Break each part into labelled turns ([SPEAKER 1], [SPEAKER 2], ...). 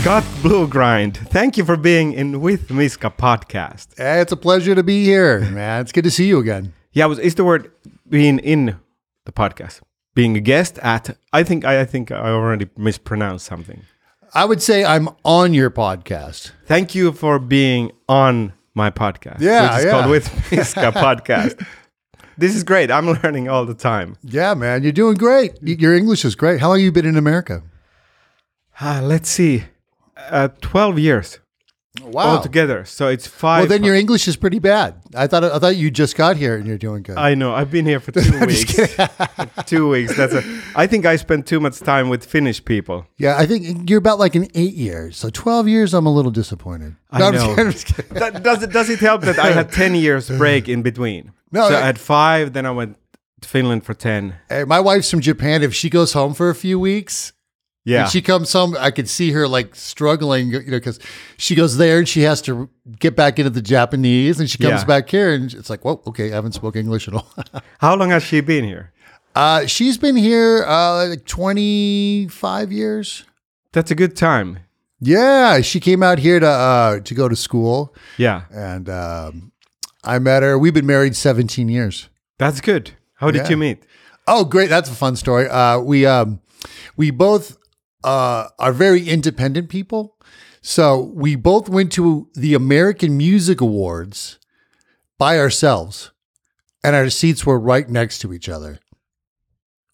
[SPEAKER 1] Scott Bluegrind, thank you for being in With Miska podcast.
[SPEAKER 2] Hey, Eh, it's a pleasure to be here, man. It's good to see you again.
[SPEAKER 1] Yeah, was is the word being in the podcast, being a guest at? I think I, I think I already mispronounced something.
[SPEAKER 2] I would say I'm on your podcast.
[SPEAKER 1] Thank you for being on my podcast.
[SPEAKER 2] Yeah,
[SPEAKER 1] which is
[SPEAKER 2] yeah.
[SPEAKER 1] called With Miska podcast. This is great. I'm learning all the time.
[SPEAKER 2] Yeah, man, you're doing great. Y- Your English is great. How long have you been in America?
[SPEAKER 1] Ah, let's see, uh, twelve years
[SPEAKER 2] Wow.
[SPEAKER 1] altogether. So it's five.
[SPEAKER 2] Oh. Well, then your English is pretty bad. I thought I thought you just got here and you're doing good.
[SPEAKER 1] I know. I've been here for two weeks. two weeks. That's. A, I think I spend too much time with Finnish people.
[SPEAKER 2] yeah, I think you're about like in eight years. So 12 years, I'm a little disappointed.
[SPEAKER 1] I
[SPEAKER 2] No, I'm
[SPEAKER 1] know.
[SPEAKER 2] just kidding, I'm just kidding.
[SPEAKER 1] That- does it does it help that I had ten years break in between?
[SPEAKER 2] No,
[SPEAKER 1] so
[SPEAKER 2] that-
[SPEAKER 1] I had five, then I went to Finland for ten.
[SPEAKER 2] Hey, my wife's from Japan. If she goes home for a few weeks,
[SPEAKER 1] Yeah,
[SPEAKER 2] And she comes home. I could see her like struggling, you know, because she goes there and she has to get back into the Japanese, and she comes
[SPEAKER 1] Yeah.
[SPEAKER 2] back here, and it's like, whoa, okay, I haven't spoken English at all.
[SPEAKER 1] how long has she been here?
[SPEAKER 2] uh, she's been here uh, like twenty five years.
[SPEAKER 1] That's a good time.
[SPEAKER 2] Yeah, she came out here to uh, to go to school,
[SPEAKER 1] Yeah,
[SPEAKER 2] and um, I met her. We've been married seventeen years.
[SPEAKER 1] that's good. How did
[SPEAKER 2] Yeah.
[SPEAKER 1] you meet?
[SPEAKER 2] Oh, great! That's a fun story. Uh, we um, we both uh, are very independent people, so we both went to the American Music Awards by ourselves, and our seats were right next to each other.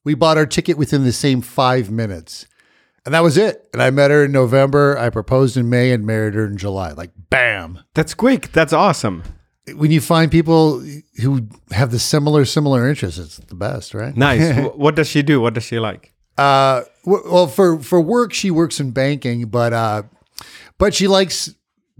[SPEAKER 2] We bought our ticket within the same five minutes, and that was it. And I met her in November. I proposed in May and married her in July. Like bam!
[SPEAKER 1] That's quick. That's awesome.
[SPEAKER 2] When you find people who have the similar similar interests, it's the best, right?
[SPEAKER 1] Nice. Wh- what does she do? What does she like?
[SPEAKER 2] uh w- well for for work she works in banking but uh but she likes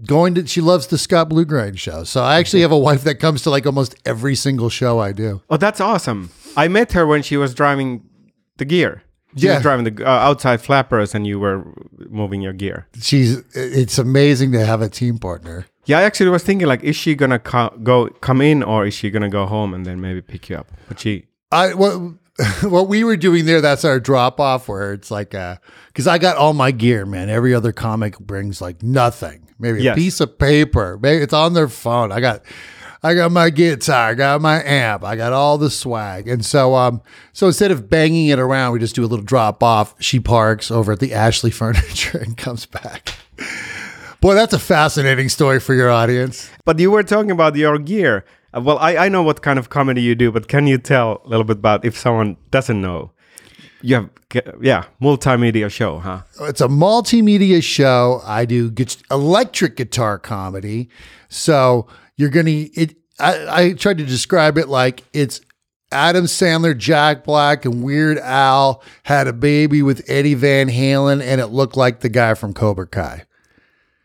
[SPEAKER 2] going to she loves the scott bluegrind show so i actually have a wife that comes to like almost every single show i do
[SPEAKER 1] Oh, that's awesome. I met her when she was driving the gear. She
[SPEAKER 2] Yeah.
[SPEAKER 1] was driving the uh, outside flappers, and you were moving your gear.
[SPEAKER 2] she's it's amazing to have a team partner
[SPEAKER 1] Yeah, I actually was thinking like, is she gonna co- go come in or is she gonna go home and then maybe pick you up? But she,
[SPEAKER 2] i what what we were doing there that's our drop off where it's like uh because i got all my gear man every other comic brings like nothing maybe
[SPEAKER 1] Yes.
[SPEAKER 2] a piece of paper maybe it's on their phone i got i got my guitar i got my amp i got all the swag and so um so instead of banging it around we just do a little drop off she parks over at the ashley furniture and comes back boy that's a fascinating story for your audience
[SPEAKER 1] but you were talking about your gear. Uh, Well, I, I know what kind of comedy you do, but can you tell a little bit about if someone doesn't know? You have ge- yeah, multimedia show, huh?
[SPEAKER 2] it's a multimedia show. I do gu- electric guitar comedy. So you're going to, it, I, I tried to describe it like it's Adam Sandler, Jack Black, and Weird Al had a baby with Eddie Van Halen, and it looked like the guy from Cobra Kai.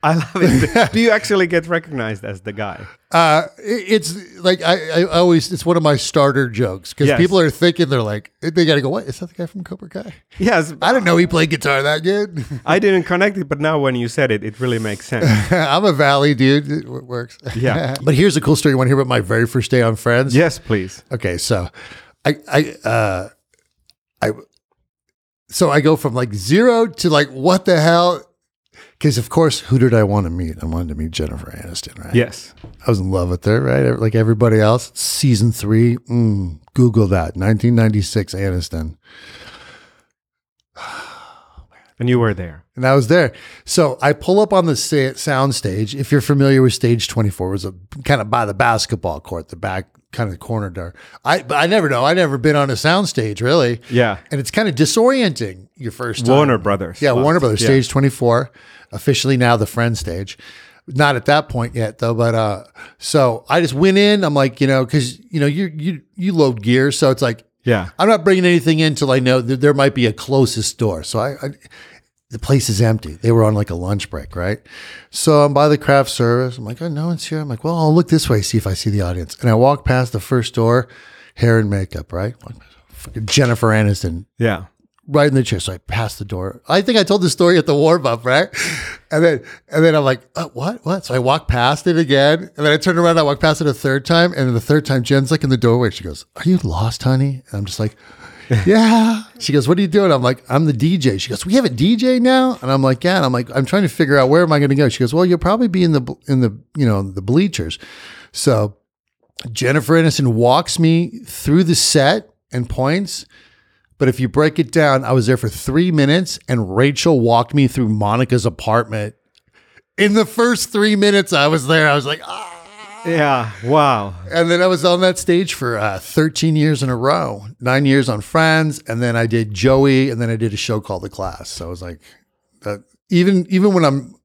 [SPEAKER 1] I love it. do you actually get recognized as the guy?
[SPEAKER 2] Uh, it- it's like I, I always, it's one of my starter jokes because
[SPEAKER 1] Yes.
[SPEAKER 2] people are thinking they're like, they got to go, what is that the guy from Cobra Kai?
[SPEAKER 1] Yes,
[SPEAKER 2] I didn't know he played guitar that good.
[SPEAKER 1] I didn't connect it, but now when you said it, it really makes sense.
[SPEAKER 2] I'm a valley dude. It w- works.
[SPEAKER 1] Yeah.
[SPEAKER 2] but here's a cool story. You want to hear about my very first day on Friends?
[SPEAKER 1] yes, please.
[SPEAKER 2] Okay. So, I I uh, I so I go from like zero to like what the hell? Because of course, who did I want to meet? I wanted to meet Jennifer Aniston, right?
[SPEAKER 1] Yes.
[SPEAKER 2] I was in love with her, right? Like everybody else. Season three. Mm, Google that. 1996 Aniston.
[SPEAKER 1] And you were there.
[SPEAKER 2] and I was there. So I pull up on the sa- sound stage. If you're familiar with stage 24, it was a kind of by the basketball court, the back kind of corner there. I but I never know. I never been on a sound stage really,
[SPEAKER 1] Yeah.
[SPEAKER 2] and it's kind of disorienting your first time.
[SPEAKER 1] Warner Brothers.
[SPEAKER 2] Yeah, Warner Brothers,
[SPEAKER 1] Yeah.
[SPEAKER 2] stage 24, officially now the Friends stage. Not at that point yet though, but uh so I just went in, I'm like, you know, cuz you know, you you you load gear, so it's like
[SPEAKER 1] Yeah.
[SPEAKER 2] I'm not bringing anything in till I know that there might be a closest door. So I, I the place is empty. They were on like a lunch break, right? So I'm by the craft service. I'm like, oh, no one's here. I'm like, well, I'll look this way, see if I see the audience. And I walk past the first door, hair and makeup, right? Fucking Jennifer Aniston
[SPEAKER 1] Yeah.
[SPEAKER 2] right in the chair. So I passed the door. I think I told the story at the warm up, right? And then and then I'm like, uh what? What? So I walk past it again, and then I turn around. I walk past it a third time, and then the third time, Jen's like in the doorway. She goes, "Are you lost, honey?" And I'm just like, yeah. She goes, what are you doing? I'm like, I'm the DJ. She goes, we have a DJ now? And I'm like, yeah. And I'm like, I'm trying to figure out where am I going to go? She goes, well, you'll probably be in the, bl- in the, you know, the bleachers. So Jennifer Aniston walks me through the set and points. But if you break it down, I was there for three minutes and Rachel walked me through Monica's apartment. In the first three minutes I was there, I was like, ah.
[SPEAKER 1] Yeah. Wow.
[SPEAKER 2] And then I was on that stage for uh, 13 years in a row, nine years on Friends, and then I did Joey, and then I did a show called The Class. So I was like, that, even even when I'm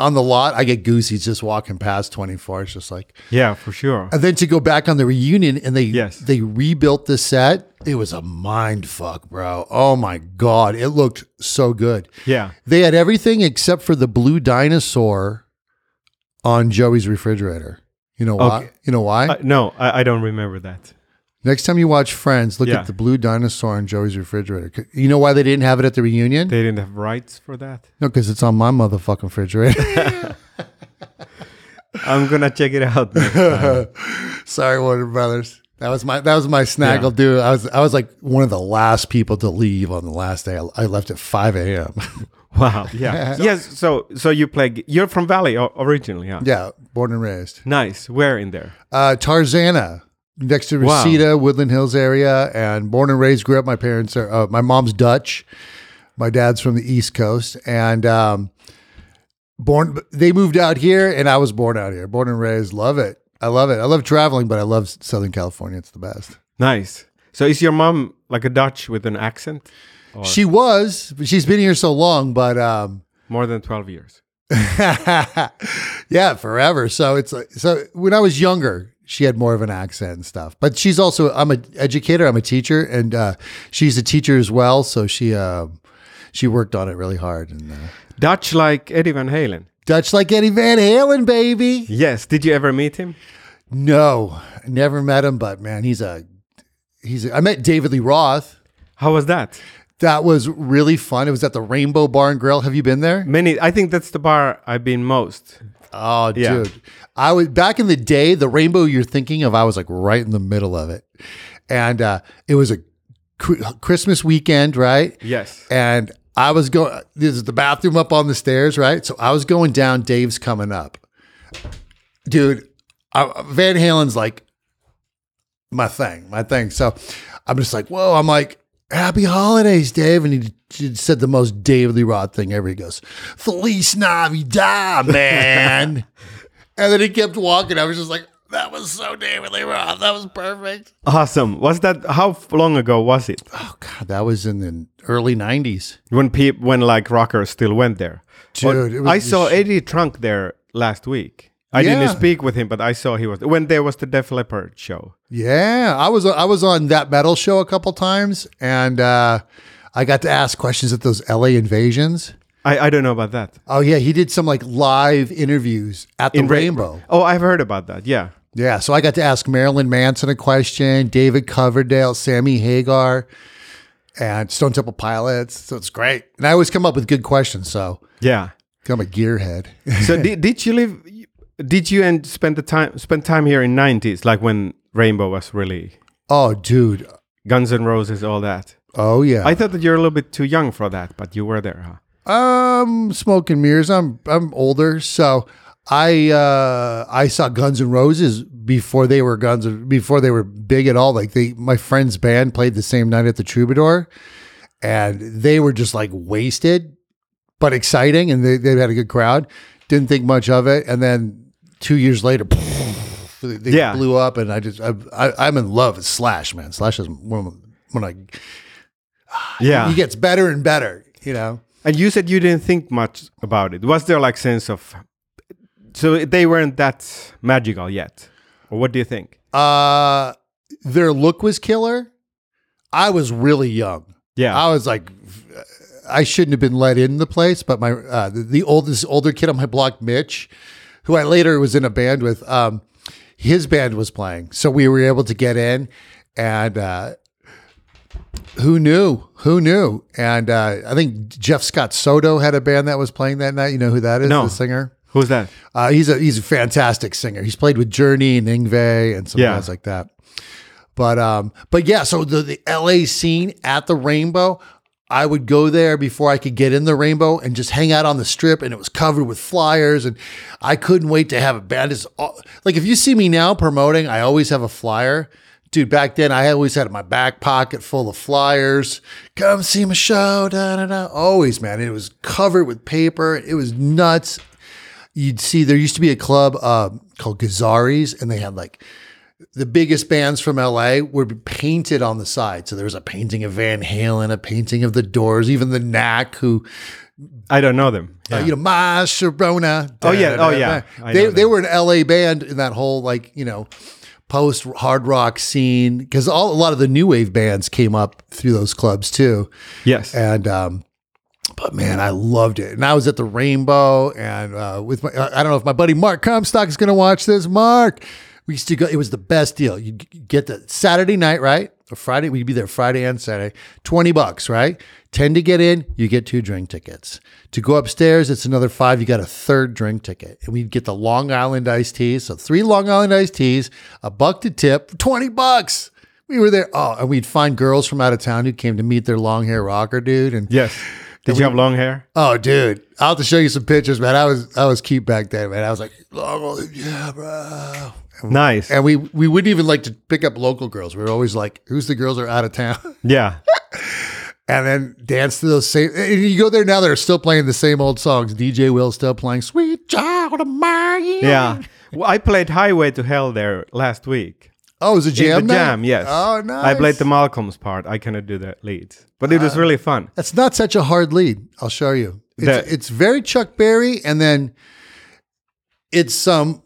[SPEAKER 2] on the lot, I get goosey just walking past 24. It's just like,
[SPEAKER 1] Yeah, for sure.
[SPEAKER 2] and then to go back on the reunion and they
[SPEAKER 1] Yes.
[SPEAKER 2] they rebuilt the set, it was a mind fuck, bro. Oh my god, it looked so good.
[SPEAKER 1] Yeah.
[SPEAKER 2] They had everything except for the blue dinosaur on Joey's refrigerator. You know why?
[SPEAKER 1] Okay.
[SPEAKER 2] You know why?
[SPEAKER 1] Uh, no, I, I don't remember that.
[SPEAKER 2] Next time you watch Friends, look
[SPEAKER 1] Yeah.
[SPEAKER 2] at the blue dinosaur on Joey's refrigerator. C- You know why they didn't have it at the reunion?
[SPEAKER 1] They didn't have rights for that.
[SPEAKER 2] no, because it's on my motherfucking refrigerator.
[SPEAKER 1] I'm gonna check it out. next time.
[SPEAKER 2] Sorry, Warner Brothers. That was my that was my snaggle, dude. I was I was like one of the last people to leave on the last day. I, I left at five a.m.
[SPEAKER 1] wow. Yeah. yes. So so you play. g- You're from Valley o- originally. Yeah.
[SPEAKER 2] yeah, born and raised.
[SPEAKER 1] Nice. Where in there?
[SPEAKER 2] Uh, Tarzana, next to
[SPEAKER 1] Wow.
[SPEAKER 2] Reseda, Woodland Hills area, and born and raised. Grew up. My parents are. Uh, my mom's Dutch. My dad's from the East Coast, and um, born. They moved out here, and I was born out here. Born and raised. Love it. I love it. I love traveling, but I love Southern California. It's the best.
[SPEAKER 1] Nice. So is your mom like a Dutch with an accent?
[SPEAKER 2] She was. but She's been here so long, but um,
[SPEAKER 1] More than twelve years.
[SPEAKER 2] yeah, forever. So it's like, so when I was younger, she had more of an accent and stuff. But she's also I'm an educator, I'm a teacher, and uh, she's a teacher as well. So she uh, she worked on it really hard and uh,
[SPEAKER 1] Dutch like Eddie Van Halen.
[SPEAKER 2] Dutch like Eddie Van Halen, baby.
[SPEAKER 1] Yes. Did you ever meet him?
[SPEAKER 2] No, never met him, but man, he's a he's. A, I met David Lee Roth.
[SPEAKER 1] How was that?
[SPEAKER 2] That was really fun. It was at the Rainbow Bar and Grill. Have you been there?
[SPEAKER 1] Many. I think that's the bar I've been most.
[SPEAKER 2] Oh,
[SPEAKER 1] Yeah.
[SPEAKER 2] dude. I was back in the day, the rainbow you're thinking of, I was like right in the middle of it. And uh, it was a cr- Christmas weekend, right?
[SPEAKER 1] Yes.
[SPEAKER 2] And I was going, there's the bathroom up on the stairs, right? So I was going down, Dave's coming up. Dude, I, Van Halen's like my thing, my thing. So I'm just like, whoa, I'm like, happy holidays, Dave. And he, he said the most David Lee Roth thing ever. He goes, Feliz Navidad, man. and then he kept walking. I was just like, that was so David Lee Roth. That was perfect.
[SPEAKER 1] Awesome. Was that how f- long ago was it?
[SPEAKER 2] Oh, God, that was in the early 90s.
[SPEAKER 1] When peop when like rockers still went there.
[SPEAKER 2] Dude,
[SPEAKER 1] Well,
[SPEAKER 2] it was
[SPEAKER 1] I saw
[SPEAKER 2] just-
[SPEAKER 1] Eddie Trunk there last week. I
[SPEAKER 2] Yeah.
[SPEAKER 1] didn't speak with him, but I saw he was when there was the Def Leppard show.
[SPEAKER 2] Yeah, I was I was on that metal show a couple times, and uh, I got to ask questions at those LA invasions.
[SPEAKER 1] I, I don't know about that.
[SPEAKER 2] Oh yeah, he did some like live interviews at the
[SPEAKER 1] Ra-
[SPEAKER 2] Rainbow.
[SPEAKER 1] Oh, I've heard about that. Yeah.
[SPEAKER 2] Yeah, so I got to ask Marilyn Manson a question, David Coverdale, Sammy Hagar, and Stone Temple Pilots. So it's great, and I always come up with good questions. So
[SPEAKER 1] Yeah.
[SPEAKER 2] I'm a gearhead.
[SPEAKER 1] So did, did you live did you and spend the time spend time here in 90s like when Rainbow was really
[SPEAKER 2] oh, dude.
[SPEAKER 1] Guns N' Roses all that?
[SPEAKER 2] Oh yeah.
[SPEAKER 1] I thought that you're a little bit too young for that, but you were there, huh?
[SPEAKER 2] Um, smoke and mirrors. I'm I'm older, so I uh I saw Guns N' Roses before they were Guns before they were big at all. Like they, my friend's band played the same night at the Troubadour, and they were just like wasted, but exciting, and they they had a good crowd. Didn't think much of it, and then two years later. They they
[SPEAKER 1] Yeah.
[SPEAKER 2] blew up, and I just I, I, I'm in love with Slash, man. Slash is one of when I
[SPEAKER 1] Yeah.
[SPEAKER 2] he gets better and better, you know.
[SPEAKER 1] And you said you didn't think much about it. Was there like sense of so they weren't that magical yet? Or what do you think?
[SPEAKER 2] Uh, their look was killer. I was really young.
[SPEAKER 1] Yeah.
[SPEAKER 2] I was like, I shouldn't have been let in the place, but my uh, the, the oldest older kid on my block, Mitch, who I later was in a band with, um, his band was playing, so we were able to get in, and uh, who knew? Who knew? And uh, I think Jeff Scott Soto had a band that was playing that night. You know who that is?
[SPEAKER 1] No.
[SPEAKER 2] The singer.
[SPEAKER 1] Who's that?
[SPEAKER 2] Uh, he's a he's a fantastic singer. He's played with Journey and Ingve and some
[SPEAKER 1] Yeah.
[SPEAKER 2] guys like that. But um, but yeah, so the, the LA scene at the Rainbow, I would go there before I could get in the Rainbow and just hang out on the strip, and it was covered with flyers, and I couldn't wait to have a band. It's all, like if you see me now promoting, I always have a flyer. Dude, back then I always had my back pocket full of flyers. Come see my show, da da da. Always, man. It was covered with paper. It was nuts you'd see there used to be a club um, called Gazari's, and they had like the biggest bands from LA were painted on the side. So there was a painting of Van Halen, a painting of the Doors, even the Knack, who
[SPEAKER 1] I don't know them.
[SPEAKER 2] uh,
[SPEAKER 1] Yeah.
[SPEAKER 2] you know, Ma Sharona.
[SPEAKER 1] Oh, yeah. Oh, yeah. I
[SPEAKER 2] They
[SPEAKER 1] know
[SPEAKER 2] they were an LA band in that whole like you know post hard rock scene because all a lot of the new wave bands came up through those clubs too.
[SPEAKER 1] yes.
[SPEAKER 2] And um, but man, I loved it. And I was at the Rainbow, and uh, with my I I don't know if my buddy Mark Comstock is going to watch this. Mark, we used to go. It was the best deal. You get the Saturday night, right? Or Friday, we'd be there Friday and Saturday. Twenty bucks, right? Ten to get in. You get two drink tickets. To go upstairs, it's another five. You got a third drink ticket, and we'd get the Long Island iced teas. So three Long Island iced teas, a buck to tip, twenty bucks. We were there. Oh, and we'd find girls from out of town who came to meet their long hair rocker dude. And
[SPEAKER 1] yes. Did you have long hair?
[SPEAKER 2] oh, dude, I'll have to show you some pictures, man. I was I was cute back then, man. I was like, long, yeah, bro.
[SPEAKER 1] Nice.
[SPEAKER 2] And we we wouldn't even like to pick up local girls. We were always like, who's the girls that are out of town?
[SPEAKER 1] Yeah.
[SPEAKER 2] And then dance to those same. And you go there now, they're still playing the same old songs. DJ Will still playing "Sweet Child of Mine."
[SPEAKER 1] Yeah. Well, I played Highway to Hell there last week.
[SPEAKER 2] Oh, it was a jam.
[SPEAKER 1] the
[SPEAKER 2] night?
[SPEAKER 1] jam, yes.
[SPEAKER 2] Oh, nice.
[SPEAKER 1] I played the Malcolm's part. I cannot do the leads, but it was really fun.
[SPEAKER 2] That's not such a hard lead. I'll show you. It's,
[SPEAKER 1] That-
[SPEAKER 2] it's very Chuck Berry, and then it's some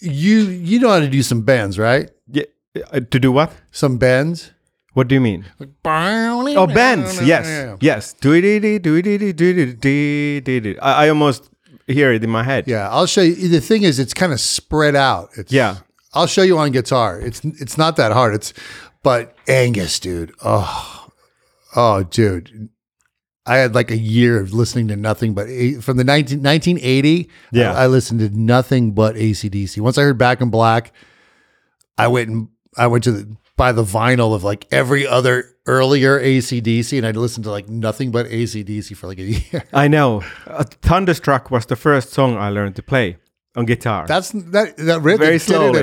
[SPEAKER 2] you you know how to do some bends, right?
[SPEAKER 1] Yeah. Uh, to do what?
[SPEAKER 2] Some bends.
[SPEAKER 1] What do you mean?
[SPEAKER 2] Oh,
[SPEAKER 1] Oh, Benz. Yes. Yes. Do it, do it, do it, do it, do it, do it. I I almost hear it in my head.
[SPEAKER 2] Yeah, I'll show you. The thing is, it's kind of spread out. It's,
[SPEAKER 1] Yeah.
[SPEAKER 2] I'll show you on guitar. It's it's not that hard. It's but Angus, dude. Oh, oh, dude. I had like a year of listening to nothing but A- from the 19, 1980.
[SPEAKER 1] Yeah.
[SPEAKER 2] I, I listened to nothing but ACDC. Once I heard Back in Black, I went and I went to the, buy the vinyl of like every other earlier ACDC, and I listened to like nothing but ACDC for like a year.
[SPEAKER 1] I know. Uh, Thunderstruck was the first song I learned to play on guitar.
[SPEAKER 2] That's that that rhythm.
[SPEAKER 1] very slowly.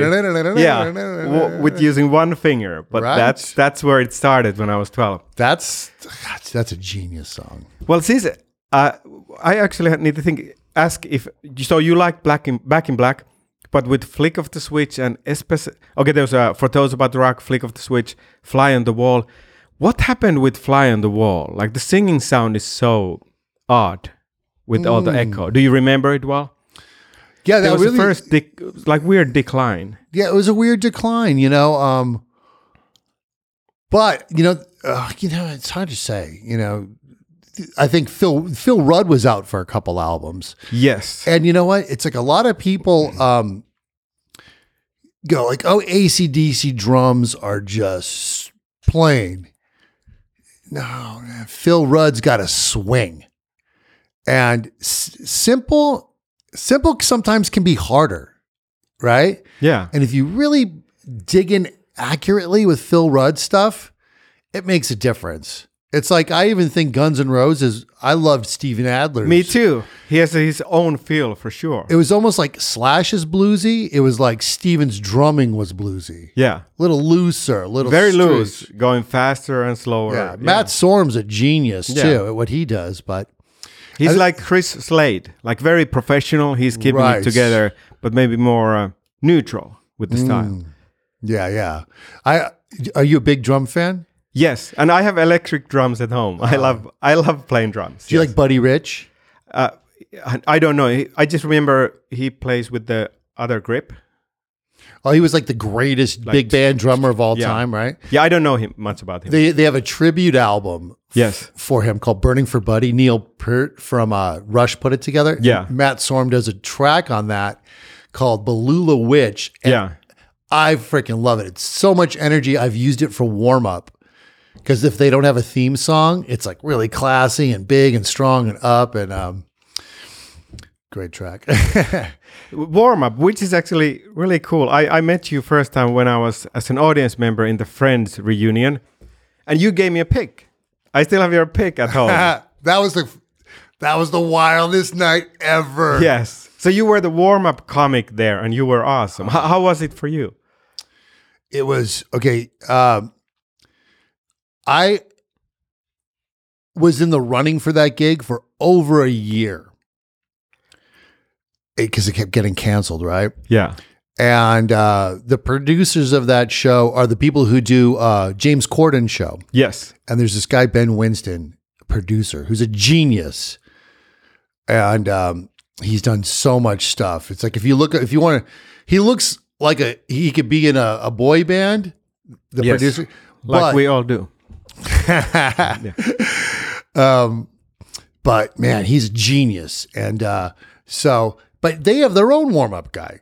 [SPEAKER 1] yeah, w- with using one finger. But
[SPEAKER 2] Right.
[SPEAKER 1] that's that's where it started when I was twelve.
[SPEAKER 2] That's God, that's a genius song.
[SPEAKER 1] Well, since uh, I actually need to think, ask if so you like Black in Back in Black, but with Flick of the Switch and especially okay, there's a for those about to rock, Flick of the Switch, Fly on the Wall. What happened with Fly on the Wall? Like the singing sound is so odd with all the echo. Do you remember it well?
[SPEAKER 2] Mm. Yeah,
[SPEAKER 1] That
[SPEAKER 2] that
[SPEAKER 1] was
[SPEAKER 2] really.
[SPEAKER 1] the first dec- like weird decline.
[SPEAKER 2] yeah, it was a weird decline, you know. Um, but you know, uh, you know, it's hard to say. You know, I think Phil Phil Rudd was out for a couple albums,
[SPEAKER 1] Yes.
[SPEAKER 2] and you know what? It's like a lot of people um, go like, "Oh, ACDC drums are just plain." No, man, Phil Rudd's got a swing, and s- simple, simple sometimes can be harder, right?
[SPEAKER 1] Yeah.
[SPEAKER 2] And if you really dig in accurately with Phil Rudd stuff, it makes a difference. It's like I even think Guns N' Roses. I loved Steven Adler.
[SPEAKER 1] Me too. He has his own feel for sure.
[SPEAKER 2] It was almost like Slash is bluesy. It was like Steven's drumming was bluesy.
[SPEAKER 1] yeah.
[SPEAKER 2] Little looser, little
[SPEAKER 1] Very
[SPEAKER 2] straight.
[SPEAKER 1] loose, going faster and slower.
[SPEAKER 2] Yeah, Matt Sorm's a genius
[SPEAKER 1] Yeah.
[SPEAKER 2] too at what he does, but
[SPEAKER 1] He's like Chris Slade, like very professional. He's keeping
[SPEAKER 2] Right.
[SPEAKER 1] it together, but maybe more uh, neutral with
[SPEAKER 2] Mm.
[SPEAKER 1] the style.
[SPEAKER 2] yeah, yeah. I are you a big drum fan?
[SPEAKER 1] Yes, and I have electric drums at home. I love I love playing drums.
[SPEAKER 2] Do you like Buddy Rich?
[SPEAKER 1] Uh, I- I don't know. He- I just remember he plays with the other grip.
[SPEAKER 2] Oh, he was like the greatest big band drummer of all
[SPEAKER 1] Yeah.
[SPEAKER 2] time, right?
[SPEAKER 1] Yeah, I don't know him much about him.
[SPEAKER 2] They they have a tribute album
[SPEAKER 1] yes,
[SPEAKER 2] for him called "Burning for Buddy." Neil Peart from uh, Rush put it together.
[SPEAKER 1] Yeah.
[SPEAKER 2] Matt Sorm does a track on that called "Balula Witch," and
[SPEAKER 1] yeah,
[SPEAKER 2] I freaking love it. It's so much energy. I've used it for warm up because if they don't have a theme song, it's like really classy and big and strong and up and um. Great track.
[SPEAKER 1] warm up, which is actually really cool. I, I met you first time when I was as an audience member in the Friends reunion, and you gave me a pick. I still have your pick at home.
[SPEAKER 2] that was the that was the wildest night ever.
[SPEAKER 1] yes. So you were the warm up comic there, and you were awesome. How, how was it for you?
[SPEAKER 2] It was okay. Um, I was in the running for that gig for over a year because it kept getting canceled, right?
[SPEAKER 1] Yeah.
[SPEAKER 2] And uh, the producers of that show are the people who do uh, James Corden show.
[SPEAKER 1] Yes.
[SPEAKER 2] and there's this guy Ben Winston, producer, who's a genius, and um, he's done so much stuff. It's like if you look, if you want to, he looks like a he could be in a, a boy band. The
[SPEAKER 1] Yes.
[SPEAKER 2] producer,
[SPEAKER 1] Like
[SPEAKER 2] but,
[SPEAKER 1] we all do.
[SPEAKER 2] Um, but man, he's a genius, and uh, so but they have their own warm up guy.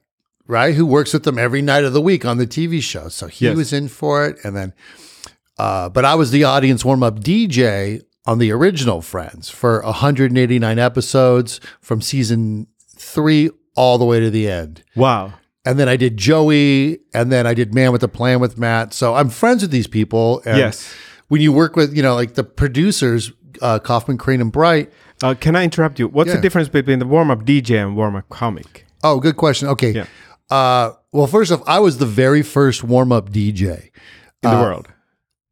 [SPEAKER 2] Right, who works with them every night of the week on the TV show. So he
[SPEAKER 1] Yes.
[SPEAKER 2] was in for it, and then Uh, but I was the audience warm up DJ on the original Friends for 189 episodes from season three all the way to the end.
[SPEAKER 1] Wow.
[SPEAKER 2] And then I did Joey, and then I did Man with a Plan with Matt. So I'm friends with these people. And
[SPEAKER 1] Yes.
[SPEAKER 2] When you work with, you know, like the producers, uh, Kaufman, Crane, and Bright.
[SPEAKER 1] Uh, can I interrupt you? What's
[SPEAKER 2] Yeah.
[SPEAKER 1] the difference between the warm up DJ and warm up comic?
[SPEAKER 2] Oh, good question. Okay.
[SPEAKER 1] Yeah.
[SPEAKER 2] Uh, well, first off, I was the very first warm up DJ.
[SPEAKER 1] in
[SPEAKER 2] Uh,
[SPEAKER 1] the world.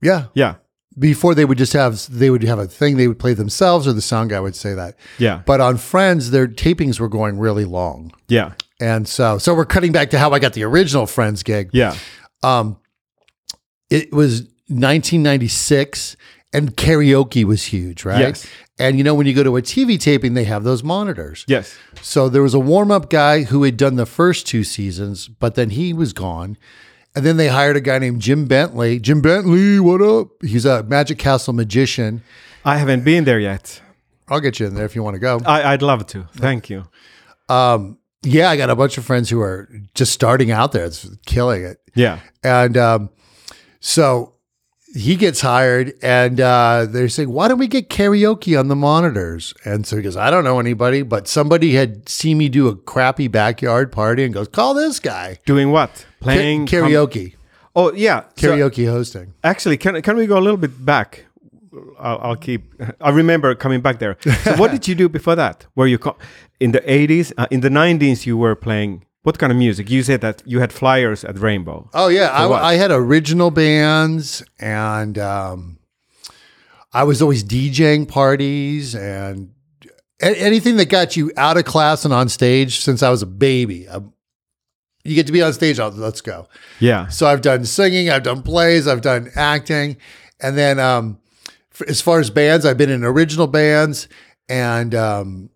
[SPEAKER 2] Yeah.
[SPEAKER 1] Yeah,
[SPEAKER 2] Before they would just have, they would have a thing they would play themselves, or the sound guy would say that.
[SPEAKER 1] yeah,
[SPEAKER 2] But on Friends, their tapings were going really long.
[SPEAKER 1] yeah,
[SPEAKER 2] And so so we're cutting back to how I got the original Friends gig.
[SPEAKER 1] yeah.
[SPEAKER 2] Um it was 1996 and karaoke was huge, right?
[SPEAKER 1] Yes.
[SPEAKER 2] And you know when you go to a TV taping, they have those monitors.
[SPEAKER 1] Yes,
[SPEAKER 2] So there was a warm-up guy who had done the first two seasons, but then he was gone. And then they hired a guy named Jim Bentley. Jim Bentley, what up? He's a Magic Castle magician.
[SPEAKER 1] I haven't been there yet.
[SPEAKER 2] I'll get you in there if you want to go.
[SPEAKER 1] I, I'd love to. Thank you.
[SPEAKER 2] yeah, I got a bunch of friends who are just starting out there. It's killing it.
[SPEAKER 1] Yeah,
[SPEAKER 2] And um, so he gets hired, and uh, they're saying, Why don't we get karaoke on the monitors? And so he goes, I don't know anybody, but somebody had seen me do a crappy backyard party and goes, Call this guy.
[SPEAKER 1] doing what?
[SPEAKER 2] Ka-
[SPEAKER 1] Playing com-
[SPEAKER 2] karaoke,
[SPEAKER 1] oh yeah, So,
[SPEAKER 2] karaoke hosting.
[SPEAKER 1] actually, can can we go a little bit back? I'll, I'll keep. I remember coming back there. So what did you do before that? Were you co- in the eighties? Uh, in the nineties, you were playing what kind of music? You said that you had flyers at Rainbow.
[SPEAKER 2] Oh, yeah.
[SPEAKER 1] what?
[SPEAKER 2] I, I had original bands, and um, I was always DJing parties and a- anything that got you out of class and on stage since I was a baby. Um you get to be on stage, I'll- let's go.
[SPEAKER 1] Yeah,
[SPEAKER 2] So I've done singing, I've done plays, I've done acting, and then um, f- as far as bands, I've been in original bands, and um,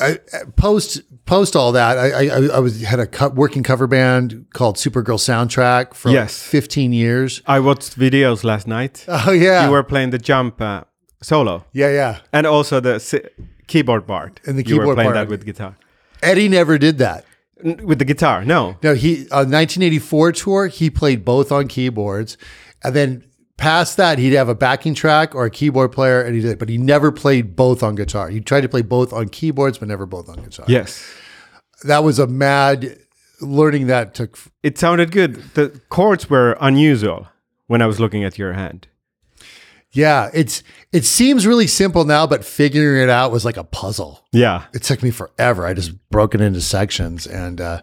[SPEAKER 2] I, I- post post all that, I I, I was had a co- working cover band called Supergirl Soundtrack for like,
[SPEAKER 1] Yes.
[SPEAKER 2] fifteen years.
[SPEAKER 1] I watched videos last night.
[SPEAKER 2] Oh yeah,
[SPEAKER 1] You were playing the jump uh, solo
[SPEAKER 2] yeah yeah.
[SPEAKER 1] and also the si- keyboard part.
[SPEAKER 2] And the
[SPEAKER 1] you were
[SPEAKER 2] keyboard
[SPEAKER 1] playing
[SPEAKER 2] part.
[SPEAKER 1] that with guitar.
[SPEAKER 2] Eddie never did that.
[SPEAKER 1] N- with the guitar no
[SPEAKER 2] No, he on 1984 tour, he played both on keyboards, and then past that, he'd have a backing track or a keyboard player, and he did. But he never played both on guitar. He tried to play both on keyboards, but never both on guitar.
[SPEAKER 1] yes
[SPEAKER 2] that was a mad learning. That took
[SPEAKER 1] it sounded good the chords were unusual when i was looking at your hand
[SPEAKER 2] yeah, it's it seems really simple now, but figuring it out was like a puzzle.
[SPEAKER 1] yeah
[SPEAKER 2] It took me forever. I just broke it into sections and. uh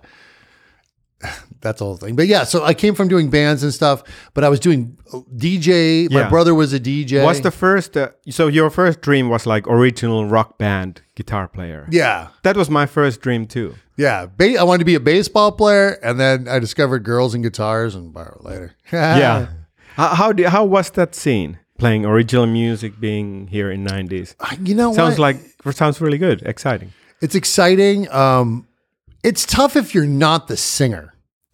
[SPEAKER 2] that's the whole thing. But yeah, so I came from doing bands and stuff, but I was doing DJ. My
[SPEAKER 1] Yeah.
[SPEAKER 2] brother was a DJ.
[SPEAKER 1] what's the first uh, so your first dream was like original rock band guitar player
[SPEAKER 2] Yeah,
[SPEAKER 1] that was my first dream too
[SPEAKER 2] yeah. Ba- I wanted to be a baseball player, and then I discovered girls and guitars, and borrow it later.
[SPEAKER 1] yeah Uh, how how, do, how was that scene playing original music being here in 90s
[SPEAKER 2] you know,
[SPEAKER 1] sounds
[SPEAKER 2] sounds like
[SPEAKER 1] like sounds really good exciting
[SPEAKER 2] it's exciting. Um, it's tough if you're not the singer,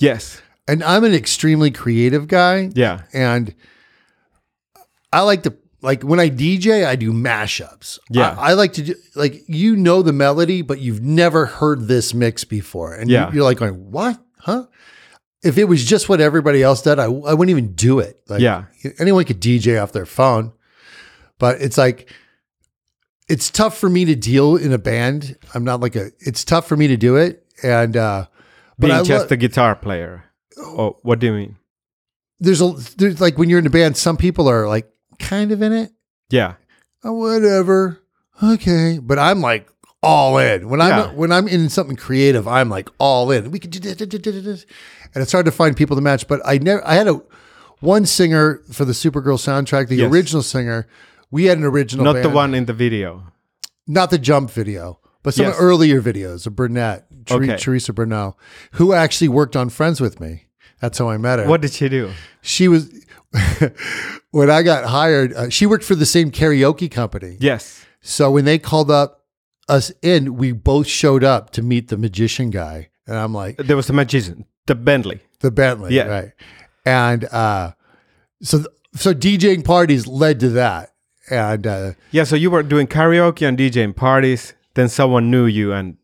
[SPEAKER 1] yes
[SPEAKER 2] and I'm an extremely creative guy,
[SPEAKER 1] yeah
[SPEAKER 2] and I like to like when I DJ, I do mashups.
[SPEAKER 1] Yeah.
[SPEAKER 2] I, I like to do like you know the melody, but you've never heard this mix before, and
[SPEAKER 1] Yeah.
[SPEAKER 2] you, you're like going, "What? Huh?" If it was just what everybody else did, I, I wouldn't even do it. Like,
[SPEAKER 1] yeah
[SPEAKER 2] anyone could DJ off their phone, but it's like it's tough for me to deal in a band. I'm not like a. It's tough for me to do it, and uh, but
[SPEAKER 1] Being
[SPEAKER 2] I
[SPEAKER 1] just
[SPEAKER 2] lo-
[SPEAKER 1] a guitar player. Oh, what do you mean?
[SPEAKER 2] there's a there's like when you're in a band, some people are like kind of in it.
[SPEAKER 1] Yeah.
[SPEAKER 2] Oh, whatever, okay. But I'm like all in when I'm
[SPEAKER 1] Yeah.
[SPEAKER 2] when I'm in something creative. I'm like all in. We could do this, and it's hard to find people to match. But I never. I had a one singer for the Supergirl soundtrack, the
[SPEAKER 1] Yes.
[SPEAKER 2] original singer. We had an original,
[SPEAKER 1] Not the
[SPEAKER 2] band.
[SPEAKER 1] one in the video.
[SPEAKER 2] not the jump video, but some
[SPEAKER 1] Yes.
[SPEAKER 2] earlier videos of Burnett, Ther-
[SPEAKER 1] Okay.
[SPEAKER 2] Teresa Burnell, who actually worked on Friends with me. That's how I met her.
[SPEAKER 1] What did she do?
[SPEAKER 2] She was when I got hired. Uh, she worked for the same karaoke company.
[SPEAKER 1] Yes.
[SPEAKER 2] So when they called up us in, we both showed up to meet the magician guy, and I'm like
[SPEAKER 1] There was a magician, the Bentley.
[SPEAKER 2] the Bentley,
[SPEAKER 1] Yeah.
[SPEAKER 2] right? And uh, so so DJing parties led to that, and uh,
[SPEAKER 1] Yeah, so you were doing karaoke and DJing parties. Then someone knew you and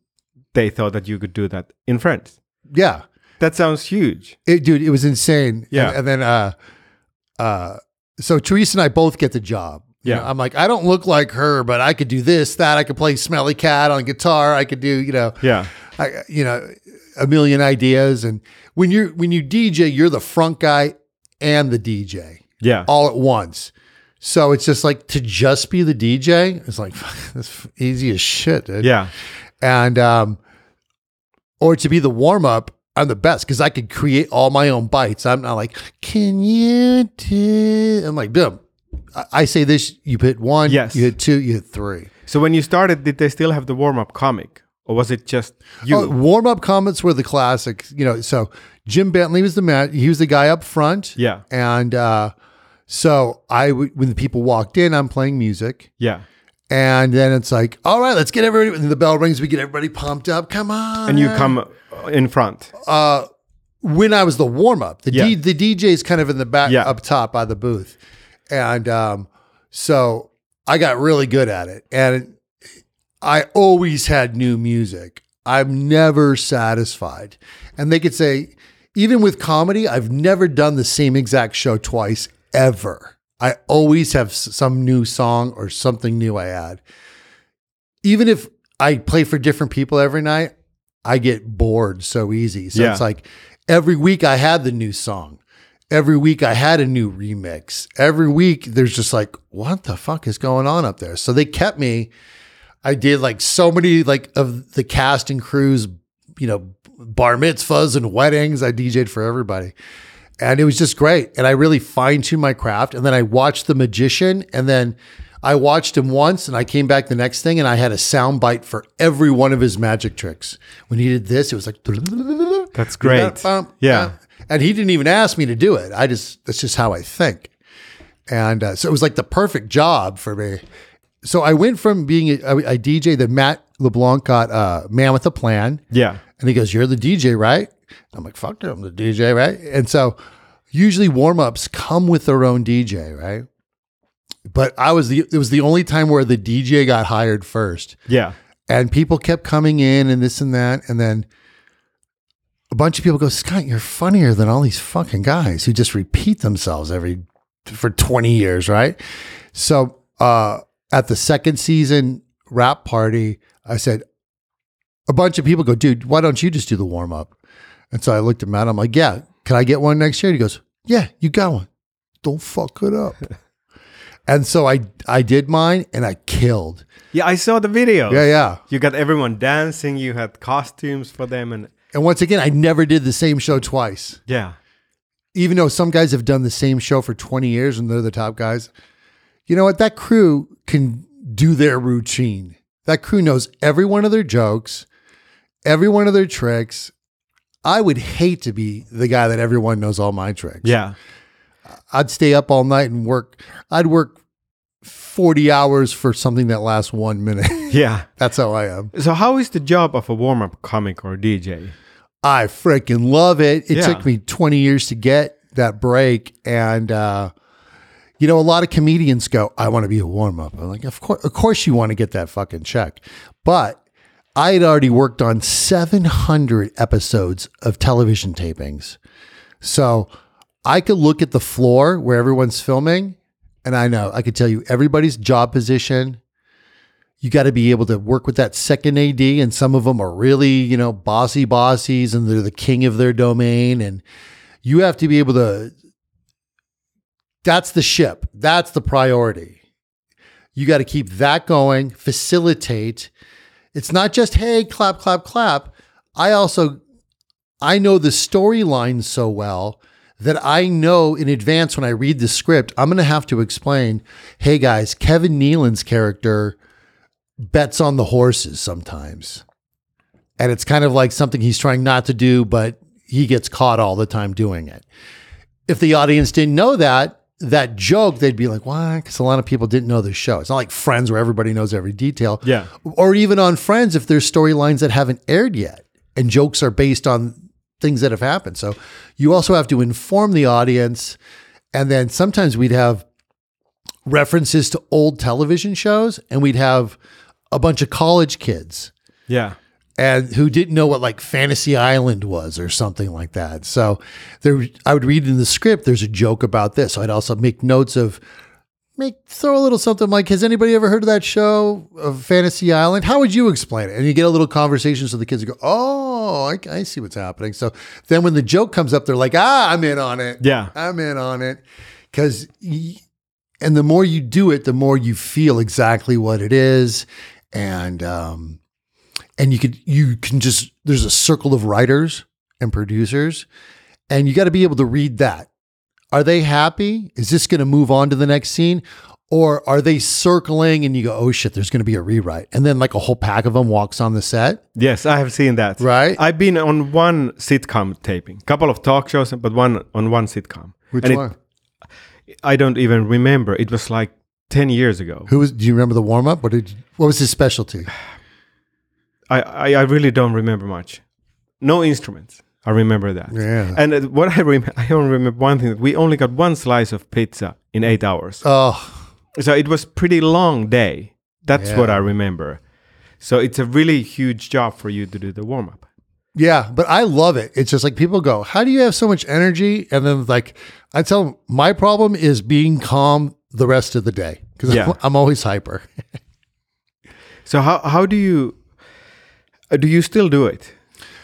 [SPEAKER 1] they thought that you could do that in France.
[SPEAKER 2] yeah.
[SPEAKER 1] That sounds huge.
[SPEAKER 2] It, dude, it was insane.
[SPEAKER 1] Yeah.
[SPEAKER 2] And, and then, uh, uh, so Teresa and I both get the job. You
[SPEAKER 1] Yeah.
[SPEAKER 2] know, I'm like, I don't look like her, but I could do this, that. I could play Smelly Cat on guitar. I could do, you know,
[SPEAKER 1] Yeah.
[SPEAKER 2] I, you know, a million ideas. And when you're, when you DJ, you're the front guy and the DJ
[SPEAKER 1] Yeah.
[SPEAKER 2] all at once. So it's just like to just be the DJ. It's like, that's easy as shit, dude
[SPEAKER 1] Yeah.
[SPEAKER 2] and um, or to be the warm up, I'm the best because I could create all my own bites. I'm not like, can you do? I'm like, boom. I- I say this, you hit one,
[SPEAKER 1] Yes.
[SPEAKER 2] you hit two, you hit three.
[SPEAKER 1] So when you started, did they still have the warm up comic? Or was it just you?
[SPEAKER 2] warm up Oh, comments were the classic, you know. So Jim Bentley was the man, he was the guy up front,
[SPEAKER 1] yeah.
[SPEAKER 2] and uh, so I would when the people walked in, I'm playing music.
[SPEAKER 1] Yeah.
[SPEAKER 2] And then it's like, all right, let's get everybody. And the bell rings. We get everybody pumped up. Come on.
[SPEAKER 1] And you come uh, in front.
[SPEAKER 2] uh, when I was the warm up. The
[SPEAKER 1] Yeah.
[SPEAKER 2] D, the DJ is kind of in the back
[SPEAKER 1] Yeah.
[SPEAKER 2] up top by the booth, and um, so I got really good at it, and I always had new music. I'm never satisfied, and they could say, even with comedy, I've never done the same exact show twice ever. I always have s- some new song or something new I add. Even if I play for different people every night, I get bored so easy. So
[SPEAKER 1] Yeah.
[SPEAKER 2] it's like every week I had the new song. Every week I had a new remix. Every week there's just like, what the fuck is going on up there? So they kept me. I did like so many like of the cast and crews, you know, bar mitzvahs and weddings. I DJ'd for everybody. And it was just great. And I really fine tuned my craft. And then I watched The Magician. And then I watched him once and I came back the next thing and I had a sound bite for every one of his magic tricks. When he did this, it was like,
[SPEAKER 1] That's great. Yeah.
[SPEAKER 2] And he didn't even ask me to do it. I just, that's just how I think. And uh, so it was like the perfect job for me. So I went from being a, a, a DJ that Matt LeBlanc got uh, Man with a Plan.
[SPEAKER 1] Yeah.
[SPEAKER 2] And he goes, You're the DJ, right? I'm like, Fuck it, I'm the DJ, right? And so usually warm ups come with their own DJ, right? But I was the, it was the only time where the DJ got hired first
[SPEAKER 1] Yeah.
[SPEAKER 2] and people kept coming in and this and that and then a bunch of people go scott you're funnier than all these fucking guys who just repeat themselves every for 20 years right so uh at the second season rap party i said a bunch of people go dude why don't you just do the warm-up and so i looked at matt i'm like yeah can i get one next year and he goes yeah you got one don't fuck it up and so i i did mine and i killed
[SPEAKER 1] Yeah. I saw the video.
[SPEAKER 2] yeah yeah
[SPEAKER 1] You got everyone dancing. You had costumes for them. And
[SPEAKER 2] And once again, I never did the same show twice.
[SPEAKER 1] yeah.
[SPEAKER 2] Even though some guys have done the same show for 20 years and they're the top guys. You know what? That crew can do their routine. That crew knows every one of their jokes, every one of their tricks. I would hate to be the guy that everyone knows all my tricks.
[SPEAKER 1] Yeah.
[SPEAKER 2] I'd stay up all night and work. I'd work 40 hours for something that lasts one minute.
[SPEAKER 1] Yeah.
[SPEAKER 2] That's how I am.
[SPEAKER 1] So how is the job of a warm up comic or DJ?
[SPEAKER 2] I freaking love it. It
[SPEAKER 1] Yeah.
[SPEAKER 2] took me 20 years to get that break. And, uh, you know, a lot of comedians go, I want to be a warm up. I'm like, of course, of course you want to get that fucking check. But I had already worked on 700 episodes of television tapings. So I could look at the floor where everyone's filming and I know I could tell you everybody's job position. you got to be able to work with that second AD. And some of them are really, you know, bossy bossies and they're the king of their domain. And you have to be able to, that's the ship, that's the priority. You got to keep that going, facilitate. It's not just, hey, clap, clap, clap. I also, I know the storyline so well that I know in advance when I read the script, I'm going to have to explain, hey guys, Kevin Nealon's character bets on the horses sometimes. And it's kind of like something he's trying not to do, but he gets caught all the time doing it. If the audience didn't know that, that joke, they'd be like, why? Because a lot of people didn't know the show. It's not like Friends where everybody knows every detail.
[SPEAKER 1] Yeah.
[SPEAKER 2] Or even on Friends if there's storylines that haven't aired yet and jokes are based on things that have happened. So you also have to inform the audience. And then sometimes we'd have references to old television shows and we'd have a bunch of college kids
[SPEAKER 1] Yeah.
[SPEAKER 2] and who didn't know what like Fantasy Island was or something like that. So there I would read in the script there's a joke about this. So I'd also make notes of make throw a little something like has anybody ever heard of that show of Fantasy Island? How would you explain it? And you get a little conversation so the kids go, "Oh, I, I see what's happening." So then when the joke comes up they're like, "Ah, I'm in on it."
[SPEAKER 1] Yeah.
[SPEAKER 2] I'm in on it because, and the more you do it, the more you feel exactly what it is, and um, and you could you can just there's a circle of writers and producers, and you got to be able to read that. Are they happy? Is this going to move on to the next scene? Or are they circling and you go, oh shit, there's going to be a rewrite. And then like a whole pack of them walks on the set.
[SPEAKER 1] Yes, I have seen that.
[SPEAKER 2] Right.
[SPEAKER 1] I've been on one sitcom taping, couple of talk shows, but one on one sitcom.
[SPEAKER 2] Which
[SPEAKER 1] And it-
[SPEAKER 2] one?
[SPEAKER 1] I don't even remember. It was like ten years ago.
[SPEAKER 2] Who was, do you remember the warm up? What did, you- what was his specialty?
[SPEAKER 1] I, I, I really don't remember much. No instruments. I remember that.
[SPEAKER 2] Yeah.
[SPEAKER 1] And uh, what I remember, I only remember one thing: that we only got one slice of pizza in eight hours.
[SPEAKER 2] Oh,
[SPEAKER 1] so it was pretty long day. That's
[SPEAKER 2] Yeah.
[SPEAKER 1] what I remember. So it's a really huge job for you to do the warm up.
[SPEAKER 2] Yeah, but I love it. It's just like people go, "How do you have so much energy?" And then like I tell them, my problem is being calm the rest of the day because
[SPEAKER 1] Yeah.
[SPEAKER 2] I'm, I'm always hyper.
[SPEAKER 1] So how how do you uh, do? You still do it